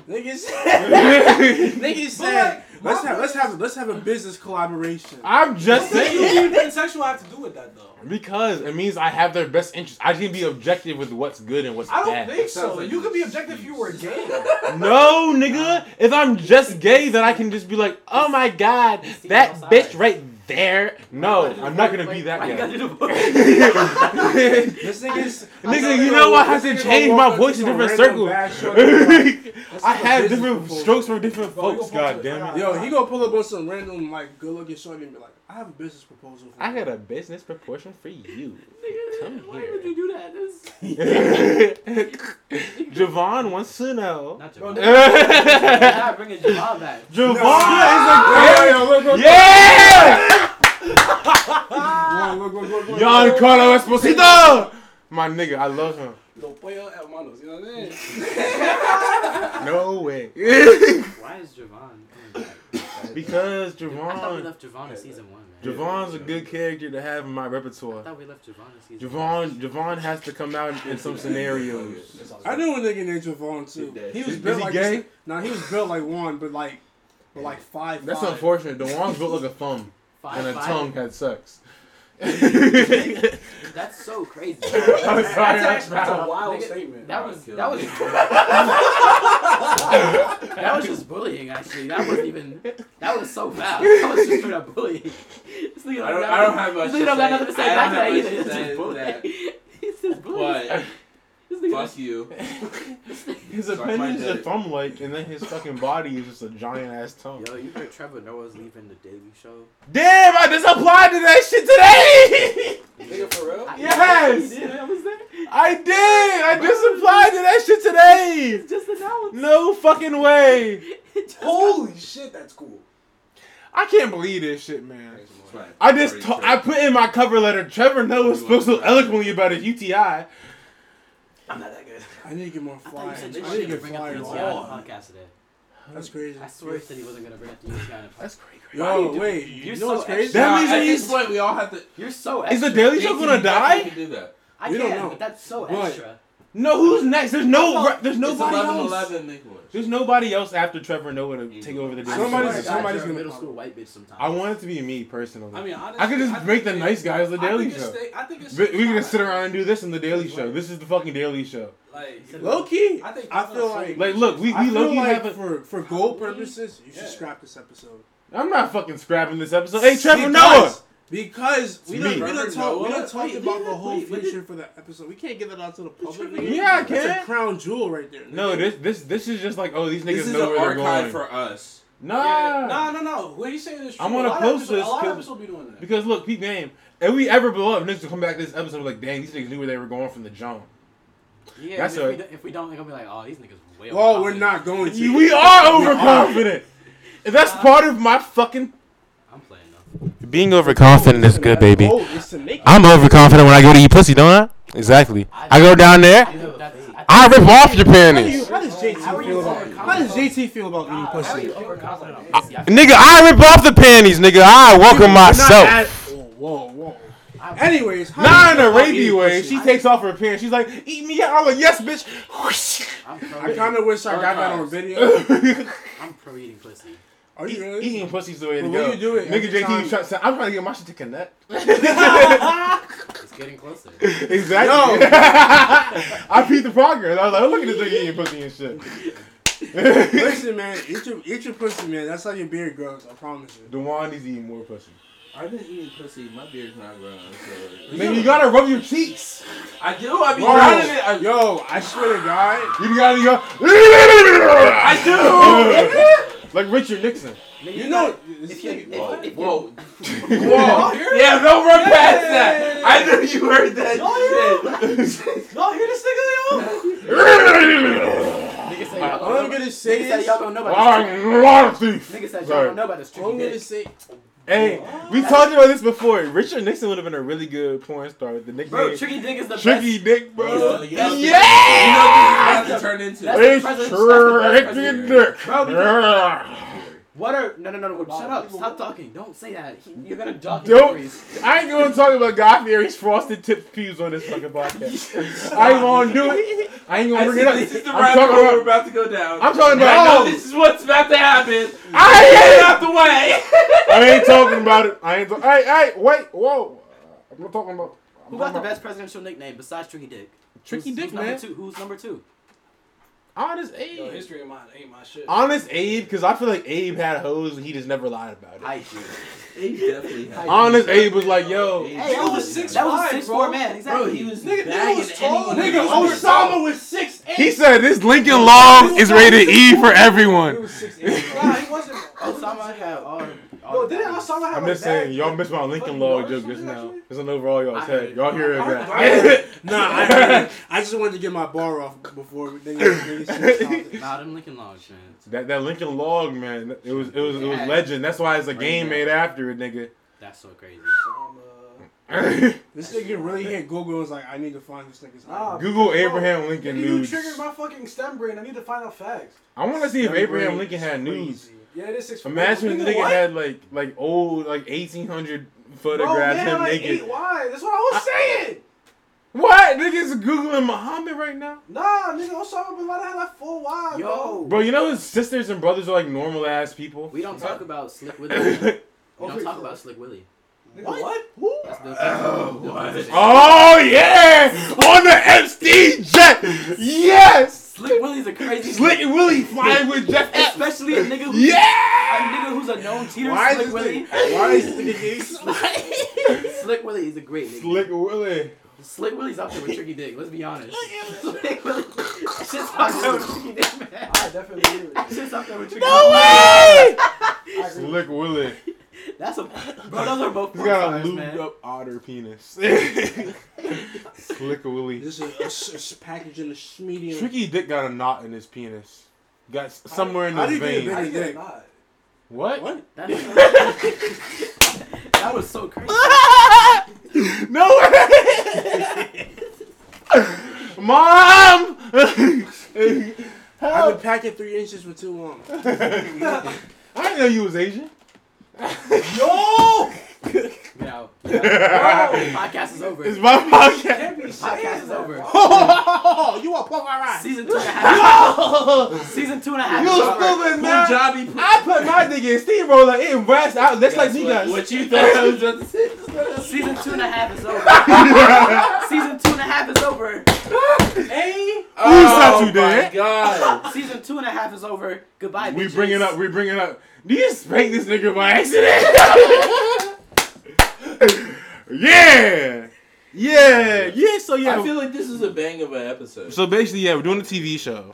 Nigga said- Nigga But said. like, my Let's have point let's have let's have a business collaboration. I'm just What do saying you think pansexual have to do with that though? because it means I have their best interest. I can be objective with what's good and what's I don't bad. think so. sounds like you could be objective if you were gay. No, nigga. If I'm just gay, then I can just be like, oh my god, that bitch right there. No, I'm not gonna be that Why you gotta guy. do the voice? This nigga's Nigga, you know what? I have to change my voice in different circles. I have different strokes for different folks. God damn it. Yo, he gonna pull up on some random like good looking shorty and be like, I have a business proposal. For I you. got a business proportion for you. Come Nigga, Why would you do that? This Javon wants to know. not Bro, Javon. nigga, Not bringing Javon back. Javon is a look, girl. Yeah! Look, look, look, look, look. Giancarlo Esposito! My nigga, I love him. Lo pollo hermanos, you know what I mean? No way. Why is Javon coming back? because I thought we Javon, left Javon in season one, man. Javon's a good character to have in my I repertoire. thought we left Javon in season one. Javon, Javon has to come out in some scenarios. I knew a nigga named Javon too. He was Is built he like gay? this- Nah, he was built like one, but like, but like five. That's five. unfortunate. Devon's built like a thumb, Five, and a five. tongue had sex. That's so crazy. I'm sorry, That's, a, that's a I'm- wild Nigga, statement. That Nah, was kill that was me. that was just bullying. Actually, that wasn't even that was so bad. That was just straight up bullying. This nigga I don't- got I don't nothing- have much This to nigga don't got say. I don't have much nothing to say back to that either. to It's say just bullying. that. It's But just bullying. This nigga fuck you. His Suck my appendage is a dick. thumb like, and then his fucking body is just a giant ass tongue. Yo, you heard Trevor Noah's leaving the Daily Show? Damn, I just applied to that shit today. Nigga, for Oh, real? Yes! Yeah, I was there. I did. I just applied to that shit today. It's just announced. No fucking way. It just- Holy shit, that's cool. I can't believe this shit, man. That's my I just party ta- trick. I put in my cover letter. Trevor Noah spoke so eloquently about his UTI. I'm not that good. I need to get more I thought you flyers. I said need they to should get bring up the flyers. UTI on the podcast today. That's crazy. I swear he said he wasn't gonna bring up the UTI on the podcast. That's crazy. Yo, wait. You You're know what's so crazy? That Nah, means at we- this point we all have to. You're so Is extra. the Daily Show gonna We die? can do that. I We can't, don't know. but that's so What? extra. No, who's next? There's no. re- There's it's nobody 11 else. 11, make one. There's nobody else after Trevor Noah to take over the. Daily Show. Somebody's- I swear to God, somebody's you're a gonna- middle school white bitch sometimes. I want it to be me personally. I mean, honestly, I could just think make the it- nice guys the I Daily think it Show. stay- I think it's But we can just sit around and do this in the Daily Show. This is the fucking Daily Show. Like, Low key, I think I feel like Like, look, we I we feel low like have a. for for goal purposes, you should Yeah. scrap this episode. I'm not fucking scrapping this episode. Hey, Trevor Because Noah, Because we don't, It's me. we don't Reverend talk, we Noah? don't talk Wait, about the wait, whole wait, what future for that episode. We can't get that out to the public. tripping? nigga. Yeah, I That's a can. crown jewel right there. No, nigga. this this this is just like oh these This niggas is know an where they're archive going. for us. Nah, Yeah, no, no, no. What he's saying is true. I'm gonna a lot post of episodes, this A lot 'cause- of episodes be doing that. Because look, peep game. If we ever blow up, niggas will come back to this episode like, dang, these niggas knew where they were going from the jump. Yeah, That's if, a- we don't, if we don't, they're gonna be like, oh, these niggas way. Well, overconfident." we're not going to. We are overconfident. And That's part of my fucking. I'm playing though. Being overconfident is good, baby. Oh, it's to make I'm overconfident when I go to eat pussy, don't I? Exactly. I go down there, I rip off your panties. How does JT feel about How does JT feel about eating pussy? Nigga, I rip off the panties, nigga. I welcome myself. Whoa, whoa. Anyways, how Not do in you a feel about eating rapey way. pussy? She takes off her pants. She's like, eat me out. I'm like, yes, bitch. I kind of wish I got that on video. I'm pro eating pussy. Are you really? Eating pussy's the way to But go. when you do it, Nigga every JT, time- you try, so I'm trying to get my shit to connect. It's getting closer. exactly. I beat the progress. I was like, oh, look at this nigga eating pussy and shit. Listen, man, eat your eat your pussy, man. That's how your beard grows. I promise you. Dewan is eating more pussy. I've been eating pussy. My beard's not growing. So. Nigga, you gotta rub your cheeks. I do. I be Bro. grinding it. I, Yo, I swear to God, You gotta go. I like Richard Nixon. you know. If you, if, do. if, Whoa. Whoa. yeah, don't run past that. I know you heard that shit. Y'all hear this nigga, yo? Niggas say All I'm y'all gonna say Niggas say is, y'all all don't know about this. Water thief. Niggas said y'all Sorry. don't know about this tricky I'm gonna dick. say, Hey, we talked about this before. Richard Nixon would have been a really good porn star. The nickname Bro, tricky dick is the Tricky Dick, bro. You know, You know Yeah. what this is about to turn into. That's- It's that's the president- Tricky Dick. Bro, Yeah. best. What are? No, no, no, no. Shut up. Stop talking. Don't say that. He- You're gonna dog his Don't- memories. I ain't gonna talk about God Fieri's frosted tip pews on this fucking podcast. I ain't gonna do it. I ain't gonna This is, bring it up. this is the I'm rabbit talking hole we're about. about to go down. I'm talking And I know about. this is what's about to happen. I Get hate it out the way. I ain't talking about it. I ain't. Talk- hey, hey, wait, whoa. I'm not talking about. I'm Who talking got the about- best presidential nickname besides Tricky Dick? Tricky Who's- Dick, who's number man. Two? Who's number two? Honest Yo, Abe. history of mine ain't my shit. Honest Abe, because I feel like Abe had hoes and he just never lied about it. I do. He definitely had. Honest Abe was like, yo, Hey, that was a six. That was a six four man. Exactly. Bro, he was Nigga, nigga bagging was tall. anyone. Nigga, He was Oh, Osama tall. was six eight. He said this Lincoln Log is rated E for everyone. Nah, he wasn't. Osama had all. all Yo, the didn't bodies. Osama have I'm a just bag? saying, y'all missed my Lincoln Fucking Log Lord joke or just something, now. actually? It's an overall y'all's I head. heard Y'all hear it I heard- back. I heard- nah, I, I just wanted to get my bar off before they, they said Nah, them Lincoln Logs, man. That that Lincoln Log man, it was it was it was Yeah. legend. That's why it's a game made after it, nigga. That's so crazy. this nigga really hit Google and was like, I need to find this nigga's. Nah, Google bro, Abraham Lincoln nigga, You nudes. triggered my fucking stem brain. I need to find out facts. I want to see if That Abraham brain Lincoln is had crazy. nudes. Yeah, it is six. Imagine if the nigga what? had like like old like 1800 Bro, man, photographs had him like naked. eight wives. That's what I was saying. What niggas googling Muhammad right now? Nah, nigga, Osama bin Laden had like four wives. bro. Yo, Bro, you know his sisters and brothers are like normal ass people. we don't talk about Slick Willie. man. We don't talk about Slick Willie. Nigga, what? That's the. oh yeah, on the Epstein jet. Yes, Slick Willie's a crazy. Slick Willie flying with Jeff. Ep- Especially a nigga. Who's, A Yeah. nigga who's a known cheater. Why is Slick this Willie. Why is this nigga getting Slick Willie is a great nigga. Slick Willie. Slick Willie's up there with Tricky Dick. Let's be honest. Slick Willie. That shit's up there with Tricky Dick, man. I definitely agree with That shit's up there with Tricky No Dick. way. you. I agree with Slick Willie. That's a bro. Those are both He's got porn a stars, lubed man. up otter penis. Slick Willie. This is a, a s- a package in the schmedium. Tricky Dick got a knot in his penis. Got s- somewhere in How his do you get you. vein. a I big did dick? not. What? That, that was so crazy. No way! Mom! I've Help! been packing three inches for too long. I didn't know you was Asian. Yo! Now, it's podcast is over. my podcast. Can't be Podcast is over. Oh, you want pop my ride? Season two and a half. Season two and a half. You is over. stupid man! Punjabi. I put my dick in steamroller. It rest out. That's like That's me what, guys. what you thought I was about to say? Season two and a half is over. Season two and a half is over. Oh, Oh you my did. god. Season two and a half is over. Goodbye. We bitches. bringing up. We bringing up. Do you spank this nigga by accident? yeah, yeah, yeah. So yeah, I feel like this is a bang of an episode. So basically, yeah, we're doing a TV show,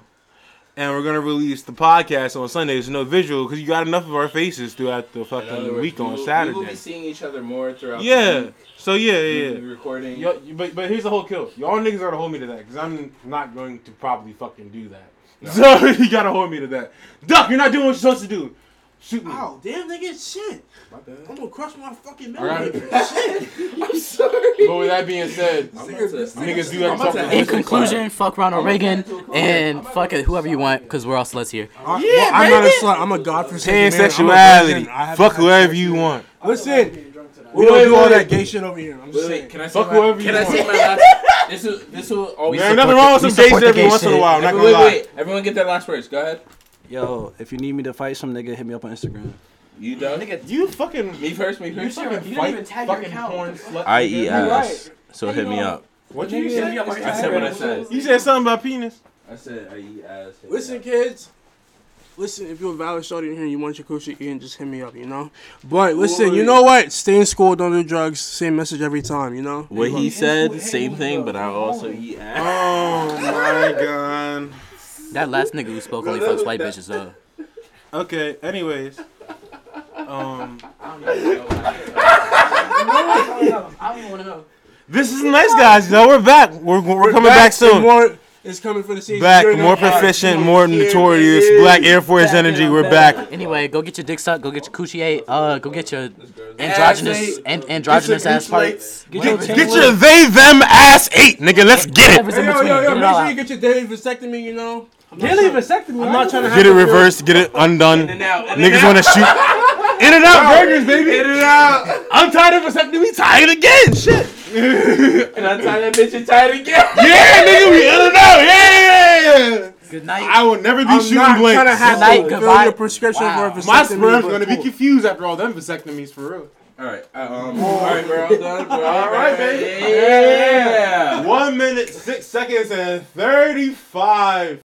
and we're gonna release the podcast on Sunday. There's no visual because you got enough of our faces throughout the In other fucking words, week we on will- Saturday. We will be seeing each other more throughout. yeah. The So yeah, yeah. week. yeah. We'll be recording. Yo, but but here's the whole kill. Y'all niggas gotta hold me to that because I'm not going to probably fucking do that. So you gotta hold me to that. Duck, you're not doing what you're supposed to do. Shoot me. Oh damn, nigga, shit. I'm gonna crush my fucking All right. memory. shit. I'm sorry. But with that being said, I'm about to- niggas do have I'm about to something. ask In you- conclusion, fuck Ronald Reagan and fuck it, whoever you want, because we're all sluts here. well, I'm not a slut. I'm a godforsaken man. I'm a virgin. I Pansexuality. haven't Fuck had whoever sex you yet. want. Listen, we Wait, don't wait, do all wait. that gay shit over here. I'm Wait, just wait, saying. can I say Fuck my, whoever you Can I say want. my last? This is this will always. There ain't nothing wrong with we some gay shit support the every gay once in a shit. while. I'm not Everyone, gonna wait, lie. wait. Everyone get their last words. Go ahead. Yo, if you need me to fight some nigga, hit me up on Instagram. You done? Nigga, you fucking Me first. Me you first. fucking you didn't even fight tag your fucking account. porn slut. I eat nigga. ass. So hit me up. What you Yeah, say? yeah, my I said what I said. You said something about penis. I said I eat ass. hit me Listen, up. kids. Listen, if you're a valid shorty in here and you want your coochie eaten, just hit me up, you know? But listen, you know what? Stay in school, don't do drugs. Same message every time, you know? What he said, same thing, but I also eat ass. Oh my god. That last nigga who spoke only fucks white bitches, uh. though. Okay. Anyways. Um. I don't even want to know. This is nice, guys. Yo, we're back. We're, we're, coming back, soon. More is coming for the season. back, You're more gonna- proficient, more Here it notorious. is. Black Air Force energy. We're back. Anyway, go get your dick sucked, go get your coochie ate, uh, go get your androgynous and androgynous ass parts. Get your Get your they them ass eight, nigga. Let's get whatever's it. in Yo, between. yo, yo, Get it make all sure you out. get your daily vasectomy, you know? Daily vasectomy. I'm not trying to have Get it to feel- reversed. Get it undone. Now, Niggas want to shoot. In and out burgers, baby. In and out. I'm tired of something. We tired again. Shit. and I tie that bitch and tie it again. Yeah, nigga. We in and out. Yeah. yeah. Good night. I will never be shooting I'm not trying to blanks. have Tonight, to fill goodbye. your prescription Wow. for a vasectomy. My sperm's but gonna be cool. confused after all them vasectomies for real. All right, uh, um, all right, we're all done. We're all, all right, baby. Yeah. One minute, six seconds, and 35